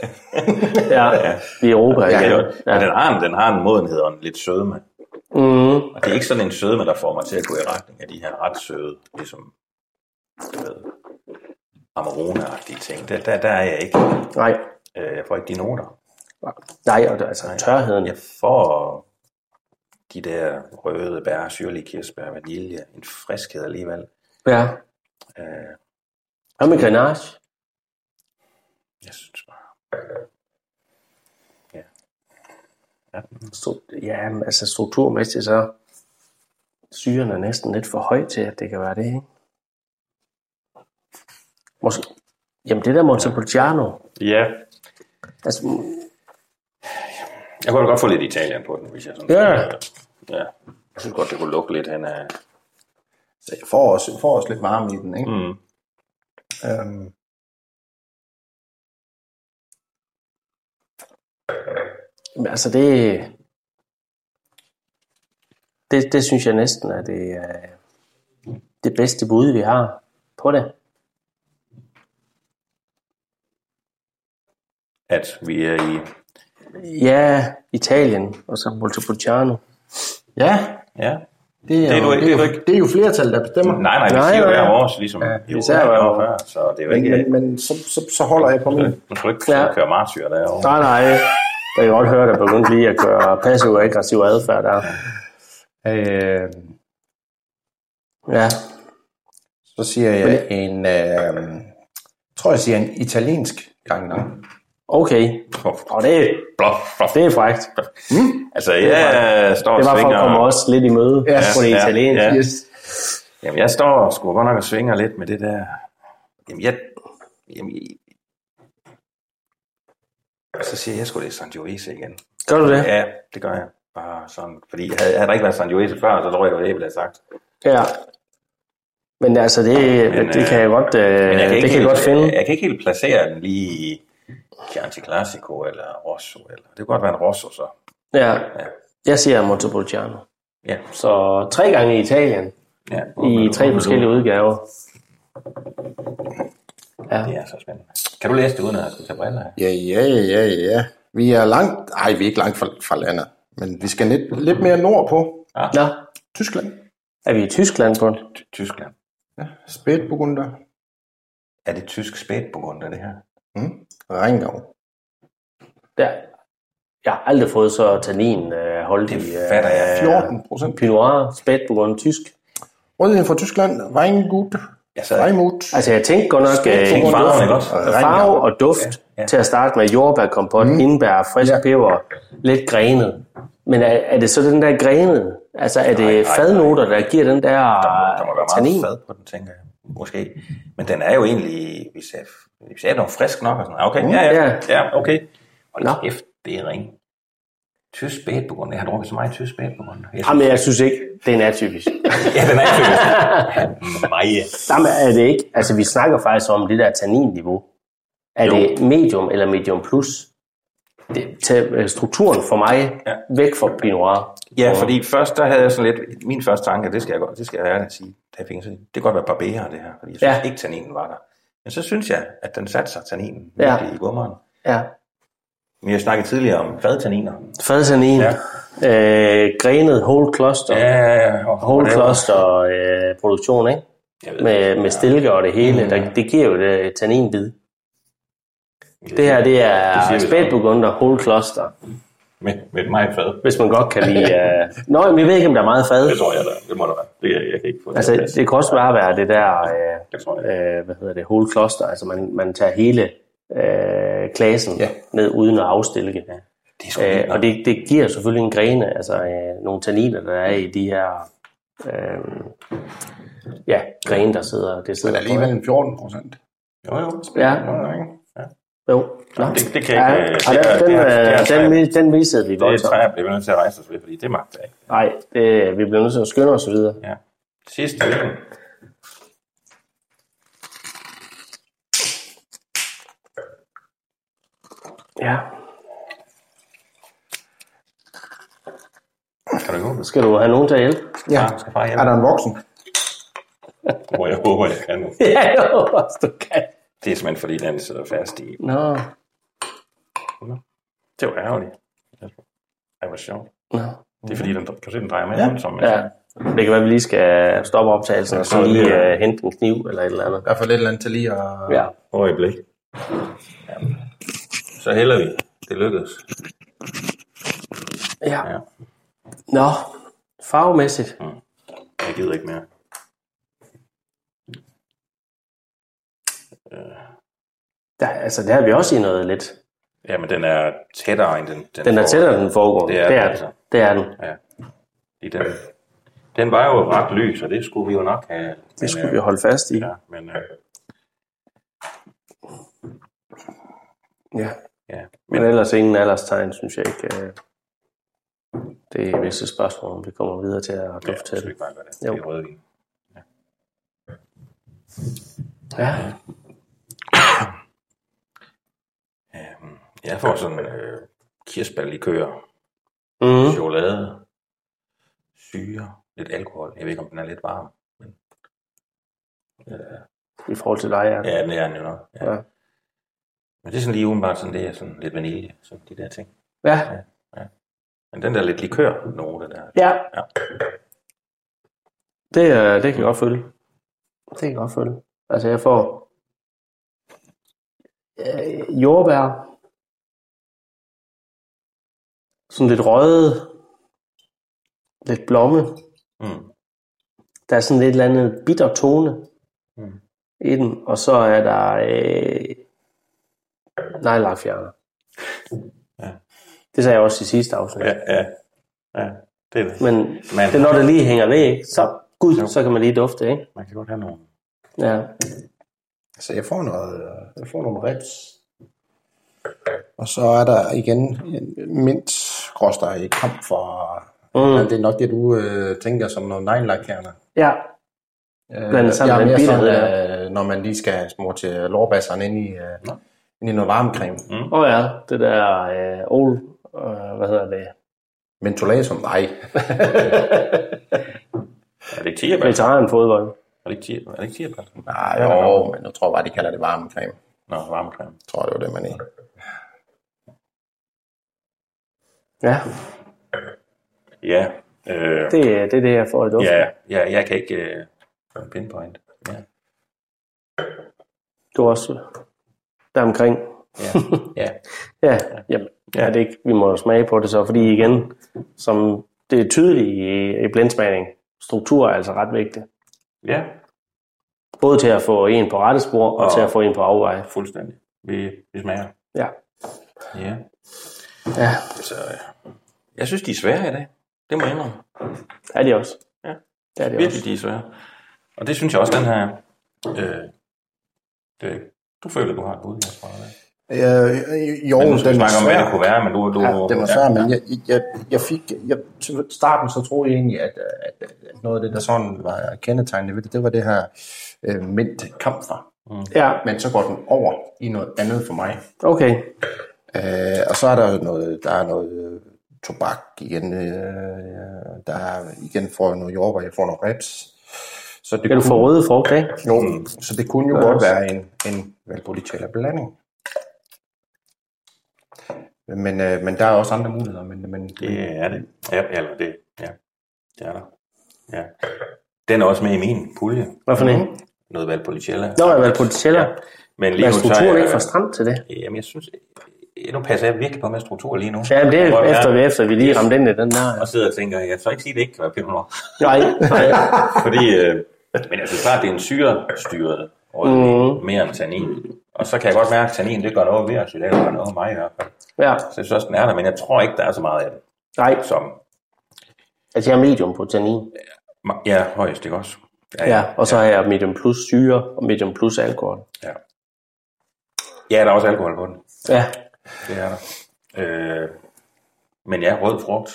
Speaker 2: ja, i Europa.
Speaker 1: ja,
Speaker 2: ikke?
Speaker 1: ja. Men den har, en, den har en modenhed og en lidt sødme.
Speaker 2: Mm,
Speaker 1: Og det er ikke sådan en sødme, der får mig til at gå i retning af de her ret søde, ligesom du ved, amarone-agtige ting. Der, der, der er jeg ikke.
Speaker 2: nej,
Speaker 1: Øh, jeg får ikke de noter.
Speaker 2: nej, og der, altså tørheden.
Speaker 1: Jeg får de der røde bær, syrlige kirsebær, vanilje, en friskhed alligevel.
Speaker 2: Ja.
Speaker 1: Øh,
Speaker 2: Hvad med grenage?
Speaker 1: jeg synes bare,
Speaker 2: Stru- Ja, men altså strukturmæssigt, så syren er næsten lidt for høj til, at det kan være det, ikke? Måske. Jamen, det der Montepulciano.
Speaker 1: Ja,
Speaker 2: Altså,
Speaker 1: jeg kunne da godt få lidt Italien på den, hvis jeg sådan...
Speaker 2: Ja.
Speaker 1: ja. Jeg synes godt, det kunne lukke lidt hen af...
Speaker 4: Så jeg får også, jeg får også lidt varme i den, ikke?
Speaker 1: Mm.
Speaker 4: Mm. Øhm.
Speaker 2: jamen, altså det, det... Det synes jeg næsten er det, øh, det bedste bud, vi har på det.
Speaker 1: At vi er i...
Speaker 2: Ja, Italien og så Montepulciano.
Speaker 5: Ja,
Speaker 1: Ja.
Speaker 5: det er,
Speaker 1: Det er
Speaker 5: jo,
Speaker 1: nu
Speaker 5: det,
Speaker 1: ikke-
Speaker 5: er jo,
Speaker 1: det er nu ikke-
Speaker 5: det er jo flertal, der bestemmer.
Speaker 1: Nej, nej, vi
Speaker 2: Nej,
Speaker 1: siger jo
Speaker 2: nej,
Speaker 1: hver
Speaker 2: nej.
Speaker 1: vores, ligesom
Speaker 5: Ja,
Speaker 1: jo,
Speaker 5: især
Speaker 1: hver
Speaker 5: hver
Speaker 1: år
Speaker 5: år.
Speaker 1: før, så det er jo
Speaker 5: Men,
Speaker 1: ikke...
Speaker 5: men, men så, så, så holder jeg på min.
Speaker 1: Nu skal du ikke ja.
Speaker 2: Ja.
Speaker 1: køre martyr derovre.
Speaker 2: Nej, nej. Jeg kan godt høre, der begyndte lige at køre passiv og aggressiv adfærd der.
Speaker 5: Øh,
Speaker 2: Ja,
Speaker 4: Så siger jeg en... Øh, tror, jeg siger en italiensk gangnam.
Speaker 2: okay. Og det,
Speaker 1: Bluff, bluff.
Speaker 2: det er frækt.
Speaker 1: Altså, jeg står og
Speaker 2: Det var for at
Speaker 1: svinger...
Speaker 2: komme os lidt i møde
Speaker 5: Ja,
Speaker 2: på det
Speaker 1: ja,
Speaker 2: italienske.
Speaker 1: ja.
Speaker 5: yes.
Speaker 1: Jamen, jeg står sgu godt nok og svinger lidt med det der... Jamen, jeg... Jamen, jeg... Så siger jeg, jeg skulle det Sangiovese igen.
Speaker 2: Gør du det?
Speaker 1: Ja, det gør jeg. Bare sådan, fordi havde, havde der ikke været Sangiovese før, så tror jeg, det var det, jeg ville have sagt.
Speaker 2: Ja. Men altså, det,
Speaker 1: Men,
Speaker 2: men, det kan jeg godt, øh,
Speaker 1: Men
Speaker 2: jeg
Speaker 1: ikke
Speaker 2: det kan jeg
Speaker 1: helt,
Speaker 2: godt finde.
Speaker 1: Jeg, jeg kan ikke helt placere den lige i Chianti Classico eller Rosso. Eller, det kunne godt være en Rosso, så.
Speaker 2: Ja. Jeg siger Montepulciano.
Speaker 1: Ja.
Speaker 2: Så tre gange i Italien,
Speaker 1: ja
Speaker 2: i tre forskellige udgaver. Ja.
Speaker 1: Det er så spændende. Kan du læse det uden at skulle tage briller af?
Speaker 4: Ja, ja, ja, ja. Vi er langt... Ej, vi er ikke langt fra, fra landet. Men vi skal lidt, lidt mere nordpå.
Speaker 2: Nå,
Speaker 4: Tyskland.
Speaker 2: er vi i Tyskland på? den?
Speaker 1: Ty- Tyskland.
Speaker 4: Spätburgunder.
Speaker 1: Er det tysk spætburgunder, det her?
Speaker 4: Mm. Rheingau.
Speaker 2: Der. Jeg har aldrig fået så tannin øh, holdt
Speaker 1: Det
Speaker 2: i
Speaker 1: fatter jeg.
Speaker 4: 14 procent.
Speaker 2: Pinot Noir, spætburgund, tysk.
Speaker 4: Rødheden fra Tyskland. Weingut.
Speaker 1: Jeg sad,
Speaker 4: Weimut.
Speaker 2: Altså, jeg tænkte godt nok
Speaker 1: Tænk
Speaker 2: øh, i
Speaker 1: farven, ikke
Speaker 2: farve,
Speaker 1: også?
Speaker 2: farve og duft
Speaker 1: Ja,
Speaker 2: ja,
Speaker 1: ja.
Speaker 2: ja. til at starte med jordbærkompot, mm. indbær, frisk
Speaker 4: Ja.
Speaker 2: ja. peber, lidt grenet. Men er, er det så den der grenet? Altså, er det
Speaker 1: Nej,
Speaker 2: nej,
Speaker 1: nej,
Speaker 2: fadnoter, der giver den der
Speaker 1: Ah, Der må være meget
Speaker 2: tannin?
Speaker 1: fad på den, tænker jeg. Måske. Men den er jo egentlig, hvis jeg, hvis jeg er noget frisk nok og sådan noget. Okay, ja, ja,
Speaker 2: ja.
Speaker 1: ja, okay.
Speaker 2: Nå.
Speaker 1: Hold kæft, det er ring. Tysk spætburgunder. Jeg har drukket så meget tysk spætburgunder. Jeg synes,
Speaker 2: Jamen, jeg synes ikke, den er typisk.
Speaker 1: ja, den er tysk. Maje.
Speaker 2: Jamen, er det ikke? Altså, vi snakker faktisk om det der tanninniveau. Er
Speaker 1: Jo.
Speaker 2: jo. det medium eller medium plus? Det, tag øh, strukturen for mig
Speaker 1: Ja.
Speaker 2: ja. væk fra Pinot Noir.
Speaker 1: Ja, fordi først der havde jeg sådan lidt, min første tanke, det skal jeg godt, det skal jeg ærligt sige, da jeg fik den, så det kan godt være barbærer det her, fordi jeg synes ja.
Speaker 2: Ja.
Speaker 1: ikke tanninen var der. Men så synes jeg, at den satte sig tanninen
Speaker 2: Ja.
Speaker 1: ja. i gummeren.
Speaker 2: Ja.
Speaker 1: Vi har snakket tidligere om fadtanniner.
Speaker 2: Fadsanin,
Speaker 1: Ja.
Speaker 2: ja. øh, grenet whole cluster, ja.
Speaker 1: Ja, og
Speaker 2: whole
Speaker 1: whatever.
Speaker 2: cluster øh, produktion, ikke?
Speaker 1: Jeg ved det.
Speaker 2: Med, med stilke og det hele, mm. der, det giver jo det tanninbid. Det her, det
Speaker 1: Det siger
Speaker 2: er
Speaker 1: vi så.
Speaker 2: spætburgunder whole cluster,
Speaker 1: Med, med et meget fad.
Speaker 2: hvis man godt kan lide... Øh... Nå, men jeg ved ikke, om der er meget fad.
Speaker 1: Det tror jeg, der. det må der være. Det, jeg, jeg kan ikke få det.
Speaker 2: Altså, det kan også bare være det der, øh,
Speaker 1: Jeg tror, det.
Speaker 2: øh, hvad hedder det, whole cluster, altså man, man tager hele øh, klassen
Speaker 4: Ja.
Speaker 2: ja. ned uden at afstilke. Ja.
Speaker 1: det er sgu
Speaker 2: Øh,
Speaker 1: vildt nok.
Speaker 2: og det, det giver selvfølgelig en grene, altså øh, nogle tanniner, der er i de her øh, ja, grene, der sidder. Det
Speaker 4: Men
Speaker 2: sidder på,
Speaker 4: alligevel en 14 procent.
Speaker 1: Jo, jo.
Speaker 2: Ja. Jo, Nå.
Speaker 1: Det- det kan ikke, øh,
Speaker 2: Ja,
Speaker 1: det
Speaker 2: og
Speaker 1: er-
Speaker 2: den,
Speaker 1: det er- det er
Speaker 2: øh,
Speaker 1: svært.
Speaker 2: den, mi- den missede vi
Speaker 1: Det er et
Speaker 2: voldsomt.
Speaker 1: træ, jeg bliver nødt til at rejse os ved, fordi det magter jeg ikke.
Speaker 2: Nej, det, vi bliver nødt til at skynde os videre.
Speaker 1: Ja. Sidste øl.
Speaker 2: Ja,
Speaker 1: Kan du gå?
Speaker 2: skal du have nogen til at hjælpe?
Speaker 4: Ja.
Speaker 1: Ja, skal far hjem.
Speaker 4: Er der en voksen?
Speaker 1: Hvor jeg håber, jeg kan nu.
Speaker 2: Ja, jo, også du kan.
Speaker 1: Det er simpelthen, fordi den sidder fast i.
Speaker 2: Nå,
Speaker 1: Det var ærgerligt. Det var sjovt.
Speaker 2: nå.
Speaker 1: Det er fordi, den, kan du se, den drejer med
Speaker 4: Ja.
Speaker 1: rundt som
Speaker 2: Ja. Det kan være, at vi lige skal stoppe optagelsen og så
Speaker 1: Ja.
Speaker 2: lige uh, hente en kniv eller et eller andet.
Speaker 4: hvert fald et eller andet til lige at...
Speaker 2: Ja.
Speaker 1: øjeblik. Så hælder vi. Det lykkedes.
Speaker 2: ja.
Speaker 1: Ja.
Speaker 2: Nå, farvemæssigt.
Speaker 1: Jeg gider ikke mere.
Speaker 2: Der, altså, der har vi også i noget lidt.
Speaker 1: Ja, men den er tættere end den.
Speaker 2: Den er
Speaker 1: forrige.
Speaker 2: tættere, end den foregående.
Speaker 1: Det er den
Speaker 2: det er,
Speaker 1: altså.
Speaker 2: den. det er den.
Speaker 1: Ja. I den. Den var jo ret lys, og det skulle vi jo nok have. øh,
Speaker 2: Det skulle vi holde fast i.
Speaker 1: Ja, men, øh,
Speaker 2: Ja.
Speaker 1: ja.
Speaker 2: Men øh, ellers ingen alderstegn, synes jeg ikke. øh, Det er vist et spørgsmål, om vi kommer videre til at drøfte ja, det.
Speaker 1: det er rødvin.
Speaker 2: Ja.
Speaker 1: Øhm, Jeg får sådan øh, kirsebærlikør, Mm.
Speaker 2: Mhm.
Speaker 1: chokolade, syre, lidt alkohol. Jeg ved ikke, om den er lidt varm. Men, øh,
Speaker 2: I forhold til dig, er det?
Speaker 1: ja, den er den jo nok. Ja.
Speaker 2: Ja.
Speaker 1: Men det er sådan lige umiddelbart sådan, det er sådan lidt vanilje, sådan de der ting.
Speaker 2: Ja.
Speaker 1: Men den der lidt likør note der.
Speaker 2: Ja.
Speaker 1: ja.
Speaker 2: Det, øh, det kan jeg godt følge. Det kan jeg godt følge. Altså, jeg får øh, jordbær, sådan lidt røde, lidt blomme.
Speaker 1: Mm.
Speaker 2: Der er sådan lidt eller andet bitter tone
Speaker 1: Mm.
Speaker 2: i den, og så er der øh, nejlakfjerner.
Speaker 1: Ja.
Speaker 2: Det sagde jeg også i sidste afsnit.
Speaker 1: Ja, ja. ja. Det er det.
Speaker 2: Men,
Speaker 1: Man-
Speaker 2: Men det er, når det lige hænger ved, ikke? så, gud, så kan man lige dufte, ikke?
Speaker 1: Man kan godt have nogle.
Speaker 2: Ja.
Speaker 5: Altså, jeg får, noget, øh, jeg får nogle ribs. Og så er der igen en mint gråsteg i kamp for... Mm.
Speaker 2: Mm.
Speaker 5: Det er nok det, du øh, tænker som noget neglelakkerner.
Speaker 2: Ja,
Speaker 5: Øh,
Speaker 2: Blandet sammen
Speaker 5: jeg er
Speaker 2: med
Speaker 5: mere
Speaker 2: en bitterhed,
Speaker 5: sådan, øh, når man lige skal små til lårbasserne ind i, øh, ind i noget varmecreme.
Speaker 1: Mm.
Speaker 2: Åh oh, ja, det der øh, old, øh, hvad hedder det,
Speaker 5: Mentolasum, nej.
Speaker 1: Er det ikke tirbær?
Speaker 2: veteranfodbold.
Speaker 1: Er det ikke tirbær? Er det ikke tirbær?
Speaker 5: nej, jo, men jeg tror bare, de kalder det varmecreme.
Speaker 1: Nå, varmecreme.
Speaker 5: Jeg tror, det var det, man i.
Speaker 2: Ja,
Speaker 1: Ja. Øh,
Speaker 2: det, er- det er det, jeg får i duften.
Speaker 1: ja, ja, jeg kan ikke øh, pinpoint. Ja.
Speaker 2: Du er også der omkring.
Speaker 1: Ja. ja.
Speaker 2: Ja, jamen, ja. Er det ikke, vi må jo smage på det så, fordi igen, som det er tydeligt i, i blindsmagning, struktur er altså ret vigtigt.
Speaker 1: Ja,
Speaker 2: Både til at få en på rette spor, og,
Speaker 1: Og-
Speaker 2: og til at få en på afveje.
Speaker 1: fuldstændig. Vi, vi smager.
Speaker 2: Ja.
Speaker 1: Ja.
Speaker 2: Ja,
Speaker 1: Altså, øh, jeg synes, de er svære i dag. Det må jeg indrømme.
Speaker 2: det er de også.
Speaker 1: Ja.
Speaker 2: Det er de også.
Speaker 1: Virkelig, de er svære. Og det synes jeg også, den her... Øh, det, du føler, du har et bud, jeg tror. eller?
Speaker 5: Øh, øh, jo,
Speaker 1: Men nu skal vi
Speaker 5: den var
Speaker 1: snakke om, hvad det
Speaker 5: svær.
Speaker 1: kunne være, men du... du
Speaker 5: Ja, den var svær, men jeg, jeg, jeg fik... Jeg, til starten så troede jeg egentlig, at, øh, at, at noget af det, der sådan var kendetegnende ved det, det var det her øh, mint kamfer.
Speaker 2: Ja,
Speaker 5: Men så går den over i noget andet for mig.
Speaker 2: okay.
Speaker 5: Øh, og så er der jo noget, der er noget øh, tobak igen. Øh, der er, igen får jeg noget jordbær, jeg får noget reps. Så det
Speaker 2: Kan du få røde frugt, ikke?
Speaker 5: Jo, så det kunne jo godt være en, en Valpolicella blanding. Men, øh, men der er også andre muligheder. Men, men,
Speaker 1: Det er det. Ja, eller det. Ja, det er der. Ja. Den er også med i min pulje.
Speaker 2: Hvad for en?
Speaker 1: Noget Valpolicella.
Speaker 2: Mm-hmm. Nå, jeg valgte potentialer.
Speaker 1: Ja. Men lige
Speaker 2: Ja,
Speaker 1: nu, så er
Speaker 2: strukturen
Speaker 1: jeg-
Speaker 2: ikke for stramt til det.
Speaker 1: Jamen, jeg synes... øh, Nu passer jeg virkelig på med struktur lige nu.
Speaker 2: Ja, men det
Speaker 1: Jeg
Speaker 2: er
Speaker 1: prøver at
Speaker 2: efter,
Speaker 1: være-
Speaker 2: efter, vi lige ramte ind i den der.
Speaker 1: Og sidder og tænker, jeg tør ikke sige, det ikke kan være Pinot
Speaker 2: Nej, nej.
Speaker 1: Fordi, øh, men jeg synes klart, det er en syrestyret rødvin,
Speaker 2: Mhm.
Speaker 1: mm. mere end tannin. Og så kan jeg godt mærke, at tannin, det gør noget ved os, det gør noget ved mig i hvert fald.
Speaker 2: Ja,
Speaker 1: Så jeg synes også, den er der, men jeg tror ikke, der er så meget af det,
Speaker 2: nej.
Speaker 1: som
Speaker 2: Altså, jeg har medium på tannin.
Speaker 1: ja, højst, ikke også?
Speaker 2: Ja, og så har jeg medium plus syre og medium plus alkohol.
Speaker 1: ja. ja, der er også alkohol på den.
Speaker 2: Ja,
Speaker 1: Det er der. Øh, men ja, rød frugt,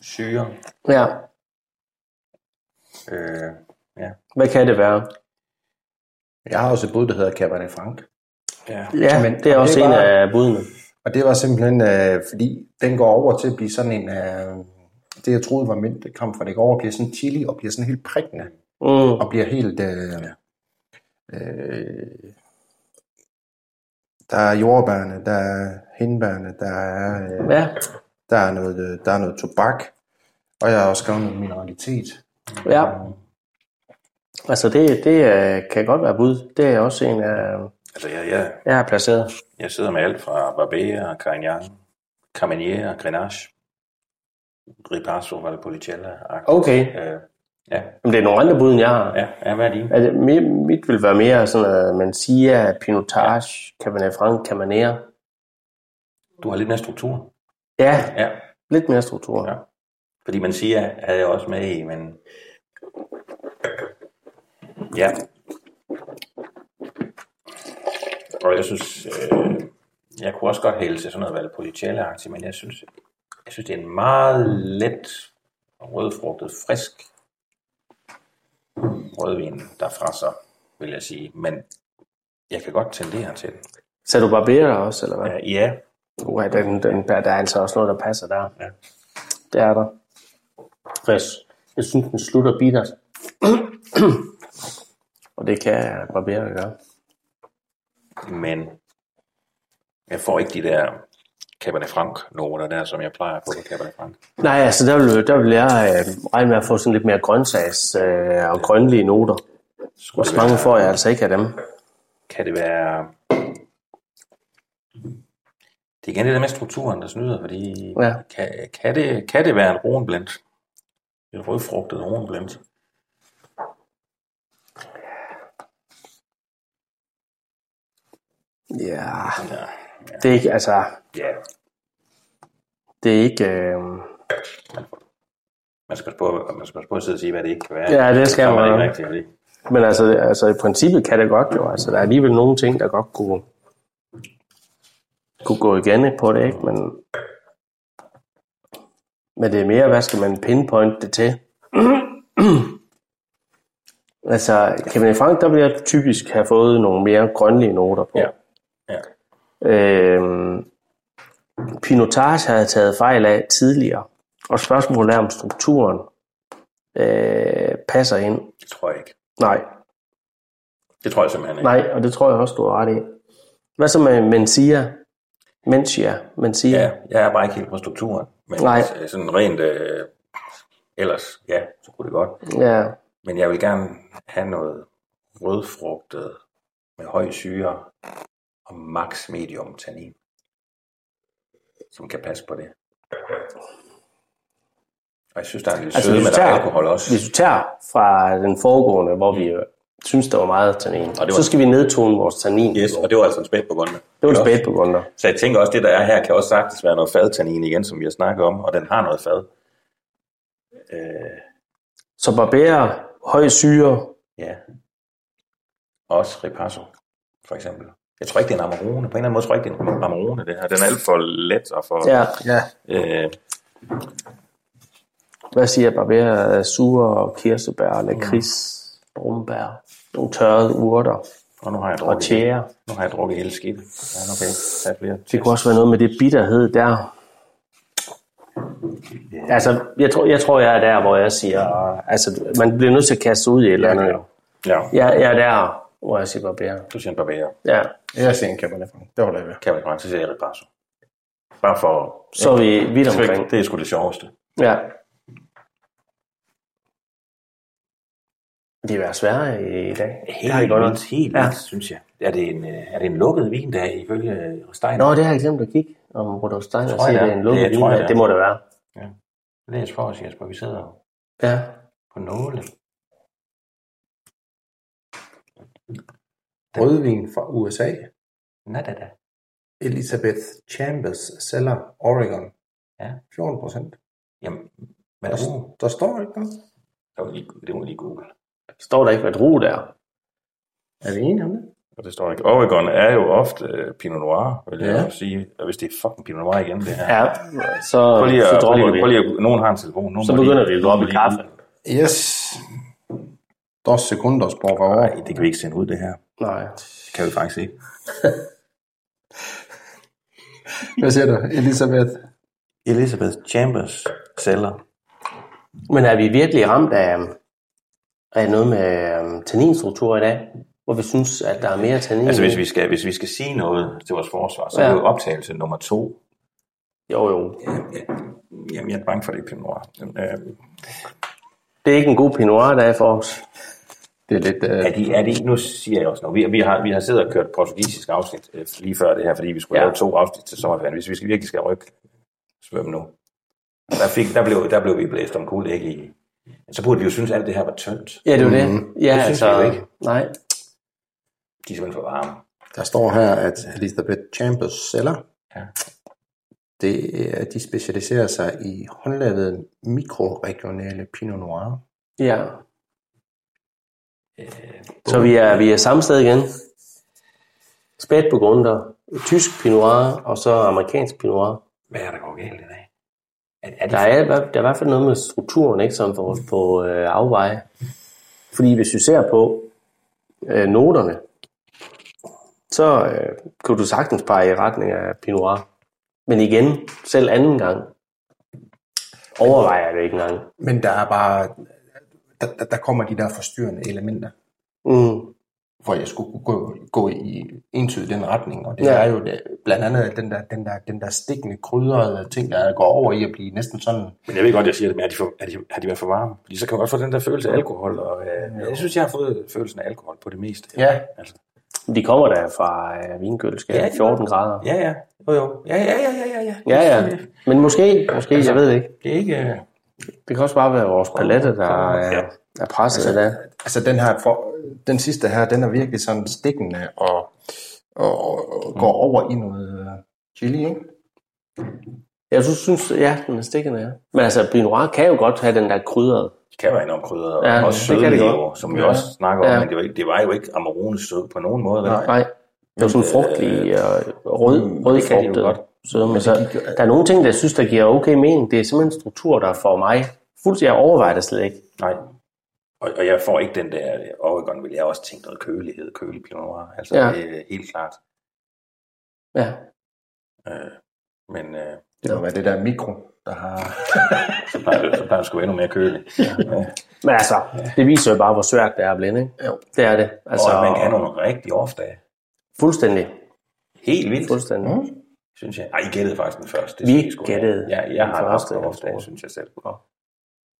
Speaker 1: syre,
Speaker 2: ja.
Speaker 1: øh, ja.
Speaker 2: Hvad kan det være?
Speaker 5: jeg har også et bud, der hedder Cabernet Franc.
Speaker 1: ja.
Speaker 2: Ja,
Speaker 5: Men-
Speaker 2: men, det er
Speaker 5: og
Speaker 2: også
Speaker 5: det er
Speaker 2: en
Speaker 5: bare-
Speaker 2: af budene.
Speaker 5: Og det var simpelthen, øh, fordi den går over til at blive sådan en... Øh, det, jeg troede var mint kamfer, det går over og bliver sådan chili og bliver sådan helt prikkende.
Speaker 2: Mm.
Speaker 5: og bliver helt... Øh, øh, der er jordbærne, der er hindbærne, der er, øh,
Speaker 2: Ja,
Speaker 5: der, er noget, øh, der er noget tobak, og jeg har også skrevet noget mineralitet.
Speaker 2: ja. Altså, det, det øh, kan godt være bud. Det er også en af,
Speaker 1: Altså, jeg, jeg,
Speaker 2: jeg har placeret.
Speaker 1: jeg sidder med alt fra Barbera, Carignan, Carmenere, Grenache, Ripasso, Valpolicella.
Speaker 2: Okay.
Speaker 1: Øh, ja,
Speaker 2: Men det er nogle andre bud, end jeg har.
Speaker 1: ja, ja, hvad er dine?
Speaker 2: Altså, mit, mit vil være mere sådan noget, man siger, pinotage, Cabernet Franc, Cabernet.
Speaker 1: Du har lidt mere struktur.
Speaker 2: Ja,
Speaker 1: Ja,
Speaker 2: lidt mere struktur.
Speaker 1: ja. Fordi man siger, havde jeg også med i, men Ja. Og jeg synes, øh, jeg kunne også godt hælde til sådan noget Valpolicella-agtigt, men jeg synes, jeg synes, det er en meget let rødfrugtet, frisk rødvin derfra så, vil jeg sige. Men jeg kan godt tendere til den.
Speaker 2: Så du barberer også, eller hvad?
Speaker 1: Ja. ja.
Speaker 2: Uh, den, den, der, der er altså også noget, der passer der. Ja. Det er der. Frisk. Jeg synes, den slutter bittert. og det kan barberer gøre.
Speaker 1: Men jeg får ikke de der Cabernet Franc noter der, som jeg plejer på på Cabernet Franc.
Speaker 2: Nej, altså der vil, der vil jeg øh, regne med at få sådan lidt mere grøntsags- øh, og grønlige noter.
Speaker 1: Skulle
Speaker 2: Og
Speaker 1: det
Speaker 2: så mange
Speaker 1: være-
Speaker 2: får jeg altså ikke af dem.
Speaker 1: Kan det være... Det er igen det der med strukturen, der snyder, fordi
Speaker 2: Ja.
Speaker 1: kan, kan, det, kan det være en roenblend? En rødfrugtet roenblend?
Speaker 2: Ja, det er ikke, altså,
Speaker 1: Ja,
Speaker 2: det er ikke... Øh,
Speaker 1: man skal spørge, man skal spørge sidde og sige, hvad det ikke kan være.
Speaker 2: Ja, det
Speaker 1: Så
Speaker 2: skal
Speaker 1: er man.
Speaker 2: man.
Speaker 1: Ikke rigtigt, fordi
Speaker 2: men altså, altså, i princippet kan det godt jo. Altså, der er alligevel nogle ting, der godt kunne, kunne gå igen på det, ikke? Men, men det er mere, hvad skal man pinpoint det til? altså, Cabernet Franc, der vil jeg typisk have fået nogle mere grønlige noter på.
Speaker 1: Ja. Ja.
Speaker 2: Øhm, Pinotage havde taget fejl af tidligere, og spørgsmålet er, om strukturen øh, passer ind.
Speaker 1: det tror jeg ikke.
Speaker 2: Nej,
Speaker 1: Det tror jeg simpelthen ikke.
Speaker 2: nej, og det tror jeg også, du har ret i. Hvad så med Mencia? Mencia? Mencia?
Speaker 1: Ja, jeg er bare ikke helt på strukturen. Men
Speaker 2: Nej.
Speaker 1: s- sådan rent øh, ellers, ja, så kunne det godt.
Speaker 2: ja.
Speaker 1: Men jeg vil gerne have noget rødfrugtet med høj syre og max medium tannin, som kan passe på det. Og jeg synes, der er en lille altså, sødme, der er alkohol også.
Speaker 2: hvis du tager fra den foregående, hvor vi øh, synes, der var meget tannin,
Speaker 1: var-
Speaker 2: var... så skal vi nedtone vores tannin.
Speaker 1: Yes, og det var altså en spæt på grunden.
Speaker 2: Det var en spæt på grunder.
Speaker 1: Så jeg tænker også, det der er her, kan også sagtens være noget fadtannin igen, som vi har snakket om, og den har noget fad. Øh,
Speaker 2: Så barberer, høj syre,
Speaker 1: ja. Også ripasso, for eksempel. Jeg tror ikke, det er en amarone. På en eller anden måde tror jeg ikke, det er en amarone, det her. Den er alt for let og for...
Speaker 2: ja.
Speaker 5: Ja,
Speaker 1: Øh,
Speaker 2: Hvad siger jeg? Barberer sure kirsebær, lakrids, mm. brumbær, nogle tørrede urter
Speaker 1: og nu har jeg
Speaker 2: og
Speaker 1: drukket, hele,
Speaker 2: tjære.
Speaker 1: nu har jeg drukket hele skidtet. Ja, nu kan jeg ikke tage flere.
Speaker 2: Det kunne også være noget med det bitterhed der. Altså, jeg tror, jeg, tror, jeg er der, hvor jeg siger, altså, man bliver nødt til at kaste sig ud i et eller andet. jo.
Speaker 1: Ja,
Speaker 2: Jeg, jeg er der, hvor jeg siger barberer.
Speaker 1: du siger en barberer.
Speaker 2: Ja,
Speaker 5: jeg ser en Cabernet Franc. Det holder jeg ved.
Speaker 1: Kan man ikke så siger jeg ripasso. Bare for...
Speaker 2: så er vi vidt omkring.
Speaker 1: Det er sgu det sjoveste.
Speaker 2: Ja. Det er været sværere i dag.
Speaker 1: Helt
Speaker 2: har
Speaker 1: det
Speaker 2: det
Speaker 1: godt
Speaker 2: godt nok.
Speaker 1: vildt, helt
Speaker 2: Ja.
Speaker 1: vildt, synes jeg. Er det en, øh, er det en lukket vin, der er ifølge øh, Steiner?
Speaker 2: Nå, det har jeg glemt at kigge om Rudolf Steiner
Speaker 1: Tror jeg,
Speaker 2: siger,
Speaker 1: det er.
Speaker 2: det er en
Speaker 1: Det
Speaker 2: lukket
Speaker 1: tror jeg, det
Speaker 2: det,
Speaker 1: er.
Speaker 2: det må det være.
Speaker 1: Læs for os, Jesper. Vi sidder jo
Speaker 2: Ja.
Speaker 1: på nåle.
Speaker 5: Rødvin fra USA.
Speaker 1: Nå, da, da.
Speaker 5: Elizabeth Chambers Cellar, Oregon.
Speaker 1: Ja.
Speaker 5: 14 procent.
Speaker 1: Jamen, hvad er det?
Speaker 5: Der står ikke noget.
Speaker 1: Det må lige, det må lige google.
Speaker 2: Står der ikke, hvad drue der?
Speaker 5: Er vi enige om det?
Speaker 1: Og det står ikke. Oregon er jo ofte øh, Pinot Noir, vil jeg
Speaker 5: Ja.
Speaker 1: ja. sige. Og hvis det er fucking Pinot Noir igen, det her.
Speaker 2: Ja, så,
Speaker 1: Prøv lige,
Speaker 2: så
Speaker 1: at, prøv
Speaker 2: dropper
Speaker 1: lige, prøv
Speaker 2: vi.
Speaker 1: lige, at- nogen har en telefon. Nogen
Speaker 2: Så
Speaker 1: må
Speaker 2: begynder vi
Speaker 1: lige-
Speaker 2: at droppe
Speaker 1: nogen må
Speaker 2: kaffe.
Speaker 1: lige-
Speaker 5: Yes. Dos sekundos, por favor.
Speaker 1: Nej, det kan vi ikke sende ud, det her.
Speaker 2: Nej.
Speaker 1: Det kan vi faktisk ikke.
Speaker 5: Hvad siger du, Elisabeth?
Speaker 1: Elizabeth Chambers sælger.
Speaker 2: Men er vi virkelig ramt af, af noget med øhm, tanninstruktur i dag? Hvor vi synes, at der er mere tannin?
Speaker 1: Altså, hvis vi, skal, hvis vi skal sige noget til vores forsvar, så er
Speaker 2: Uh. Ja.
Speaker 1: det jo optagelse nummer to,
Speaker 2: Jo, jo.
Speaker 1: Jamen, jeg er bange for, det ikke bliver Noir. Øh,
Speaker 2: Det er ikke en god Pinot Noir, der er for os.
Speaker 5: Det er lidt... Øh,
Speaker 1: er de, er de, nu siger jeg også noget. Vi, vi, har, vi har siddet og kørt portugisisk afsnit øh, lige før det her, fordi vi skulle ja.
Speaker 2: Ja.
Speaker 1: lave to afsnit til sommerferien. Hvis vi skal virkelig skal rykke, svøm nu. Der, fik, der, blev, der blev vi blæst om kul, ikke? i- Så burde vi jo synes, at alt det her var tyndt.
Speaker 2: Ja, det er jo det.
Speaker 5: Mhm.
Speaker 2: Ja,
Speaker 1: Det synes
Speaker 2: altså,
Speaker 1: vi jo ikke.
Speaker 2: Nej.
Speaker 1: De er simpelthen for varme.
Speaker 5: Der står her, at Elizabeth Chambers sælger.
Speaker 1: Ja.
Speaker 5: Det, er- de specialiserer sig i håndlavede mikroregionale Pinot Noir.
Speaker 2: Ja. Så vi er, vi er samme sted igen. Spæt på grunder, tysk pinot noir, og så amerikansk pinot noir.
Speaker 1: Hvad er der går galt i dag?
Speaker 2: Er der, er, der er i hvert fald noget med strukturen, ikke, som får os på øh, afveje. Fordi hvis du ser på øh, noterne, så øh, kunne du sagtens pege i retning af Pinot Noir. Men igen, selv anden gang, overvejer jeg det ikke engang.
Speaker 5: Men der er bare, der, der- der kommer de der forstyrrende elementer,
Speaker 2: Mm.
Speaker 5: hvor jeg skulle kunne gå, gå i entydigt den retning. Og det
Speaker 2: Ja.
Speaker 5: ja. er jo det, blandt andet den der, den der, den der stikkende krydrede ting, der går over i at blive næsten sådan
Speaker 1: Men jeg ved godt, jeg siger det, men er de for, er de, har de været for varme? Fordi så kan man godt få den der følelse af alkohol, og øh, jeg synes, jeg har fået følelsen af alkohol på det meste.
Speaker 2: Ja.
Speaker 1: Altså,
Speaker 2: De kommer der fra øh, vinkøleskabet,
Speaker 1: Ja,
Speaker 2: ja,
Speaker 1: de
Speaker 2: 14 grader.
Speaker 1: ja, ja. Jo, jo. Ja, ja, ja, ja, ja, ja.
Speaker 2: Ja, ja. Men måske, måske altså,
Speaker 1: Altså,
Speaker 2: jeg ved det ikke.
Speaker 1: Det er ikke... Øh,
Speaker 2: Det kan også bare være vores palette, der
Speaker 5: Ja.
Speaker 2: er, er presset altså, af det.
Speaker 5: Altså den her, for, den sidste her, den er virkelig sådan stikkende og, og, og går
Speaker 1: Mm.
Speaker 5: over i noget øh, chili, ikke?
Speaker 2: Jeg synes, synes ja, den er stikkende, ja. Men altså, Pinot Noir kan jo godt have den der krydret.
Speaker 1: Det kan være enormt krydret, og
Speaker 2: Ja,
Speaker 1: ja,
Speaker 2: det
Speaker 1: også søde
Speaker 2: kan det
Speaker 1: lever,
Speaker 2: godt.
Speaker 1: som vi
Speaker 2: Ja.
Speaker 1: også snakker om,
Speaker 2: Ja.
Speaker 1: men det var, ikke, det var jo ikke Amarones sød på nogen måde. vel?
Speaker 5: Nej.
Speaker 2: Nej, det var sådan frugtlig og rød,
Speaker 1: Mm,
Speaker 2: rød
Speaker 1: det kan de jo godt.
Speaker 2: Så, men så, der er nogle ting, der jeg synes, der giver okay mening. Det er simpelthen en struktur, der for mig fuldstændig jeg overvejer det slet ikke.
Speaker 1: Nej. Og, og jeg får ikke den der Oregon, vil jeg også tænke noget kølighed, kølig Pinot Noir. Altså,
Speaker 2: Ja.
Speaker 1: ja. det er helt klart.
Speaker 2: Ja.
Speaker 1: Øh, men øh,
Speaker 5: Det må være det der mikro, der har...
Speaker 1: så plejer det, så plejer det sgu endnu mere kølig. Ja.
Speaker 2: Men altså, det viser jo bare, hvor svært det er at blinde, ikke?
Speaker 5: Jo.
Speaker 2: Det er det.
Speaker 1: Altså,
Speaker 2: Altså,
Speaker 1: og man kan have nogle rigtig off-dage.
Speaker 2: Fuldstændig.
Speaker 1: Helt vildt,
Speaker 2: Fuldstændig. Mm.
Speaker 1: synes jeg. Ej, I gættede faktisk den første.
Speaker 2: Vi
Speaker 1: synes jeg sgu.
Speaker 2: gættede
Speaker 1: Ja, jeg
Speaker 2: den
Speaker 1: har
Speaker 2: første,
Speaker 1: haft
Speaker 2: jeg tror.
Speaker 1: off-dage, synes jeg selv.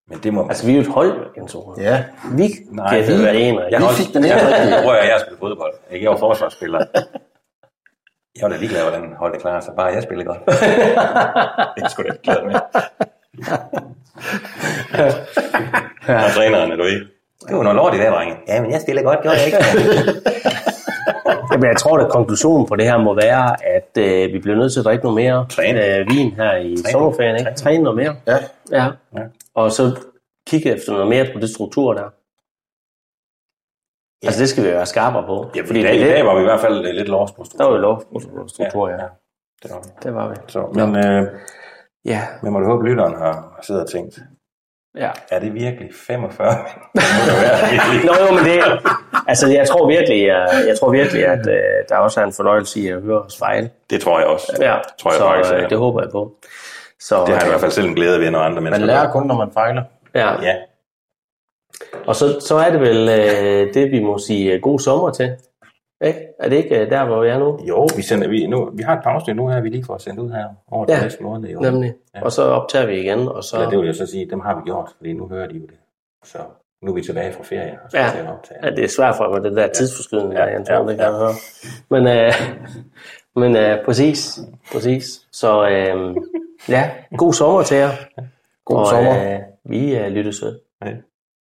Speaker 1: Men det må man...
Speaker 2: Altså, vi er jo et hold, Jens Ove.
Speaker 5: Ja,
Speaker 2: Vi
Speaker 1: Nej,
Speaker 2: kan
Speaker 1: ved du
Speaker 2: lide
Speaker 1: hvad?
Speaker 2: en,
Speaker 1: Jeg har
Speaker 2: ikke?
Speaker 1: også,
Speaker 5: fik den ikke rigtigt.
Speaker 1: jeg, prøv at høre, jeg har spillet fodbold. Ikke? Jeg var forsvarsspiller. Jeg var da ligeglad, hvordan holdet klarer sig. Bare jeg spillede godt. det er sgu da ikke glad med. Og træneren, er du ikke? Det var noget lort i dag, drenge. Ja, men jeg spiller godt, gjorde jeg ikke.
Speaker 2: Jamen, jeg tror, at konklusionen på det her må være, at øh, vi bliver nødt til at drikke noget mere
Speaker 1: Træne.
Speaker 2: Øh, vin her i sommerferien. Ikke? Træne noget mere.
Speaker 5: Ja.
Speaker 2: ja.
Speaker 1: Ja.
Speaker 2: Og så kigge efter noget mere på det struktur der. Ja. Altså, det skal vi være skarpere på.
Speaker 1: Ja, fordi i dag, i
Speaker 2: det,
Speaker 1: dag var vi i hvert fald øh, lidt lost på struktur.
Speaker 2: der var jo lov på på struktur, ja. ja.
Speaker 1: Det var vi.
Speaker 2: Det var vi.
Speaker 1: Så, men, øh,
Speaker 2: Ja.
Speaker 1: men må du håbe, lytteren har siddet og tænkt,
Speaker 2: ja.
Speaker 1: er det virkelig 45? det må det være virkelig.
Speaker 2: Nå jo, men det... Altså, jeg tror virkelig, jeg, jeg tror virkelig at øh, der også er en fornøjelse i at høre os fejle.
Speaker 1: Det tror jeg også.
Speaker 2: Ja,
Speaker 1: tror jeg
Speaker 2: så,
Speaker 1: faktisk.
Speaker 2: øh,
Speaker 1: ja.
Speaker 2: det håber jeg på. Så,
Speaker 1: Det har jeg i hvert fald selv en glæde ved, når andre mennesker
Speaker 5: Man lærer kun, når man fejler.
Speaker 2: Ja.
Speaker 1: Ja,
Speaker 2: Og så, så er det vel øh, det, vi må sige øh, god sommer til. Ikke? Er det ikke øh, der, hvor jeg er nu?
Speaker 1: jo, vi, sender, vi, nu, vi har et pause nu her, vi lige får sendt ud her over den
Speaker 2: Ja,
Speaker 1: næste måned. Jo.
Speaker 2: Nemlig.
Speaker 1: Ja.
Speaker 2: Og så optager vi igen, og så
Speaker 1: Så... Ja, det vil jeg så sige, dem har vi gjort, fordi nu hører de jo det. Så nu er vi tilbage fra ferie, og så
Speaker 2: Ja.
Speaker 1: til at optage.
Speaker 2: Ja, det er svært for mig, den der tidsforskydning, ja, jeg tror,
Speaker 1: ja,
Speaker 2: ja, det kan
Speaker 1: ja.
Speaker 2: jeg høre. Men, øh, men øh, præcis, præcis. Så øh, ja, god sommer til jer.
Speaker 5: God
Speaker 2: og,
Speaker 5: sommer.
Speaker 2: Øh, vi øh, lyttes ved.
Speaker 1: Hej.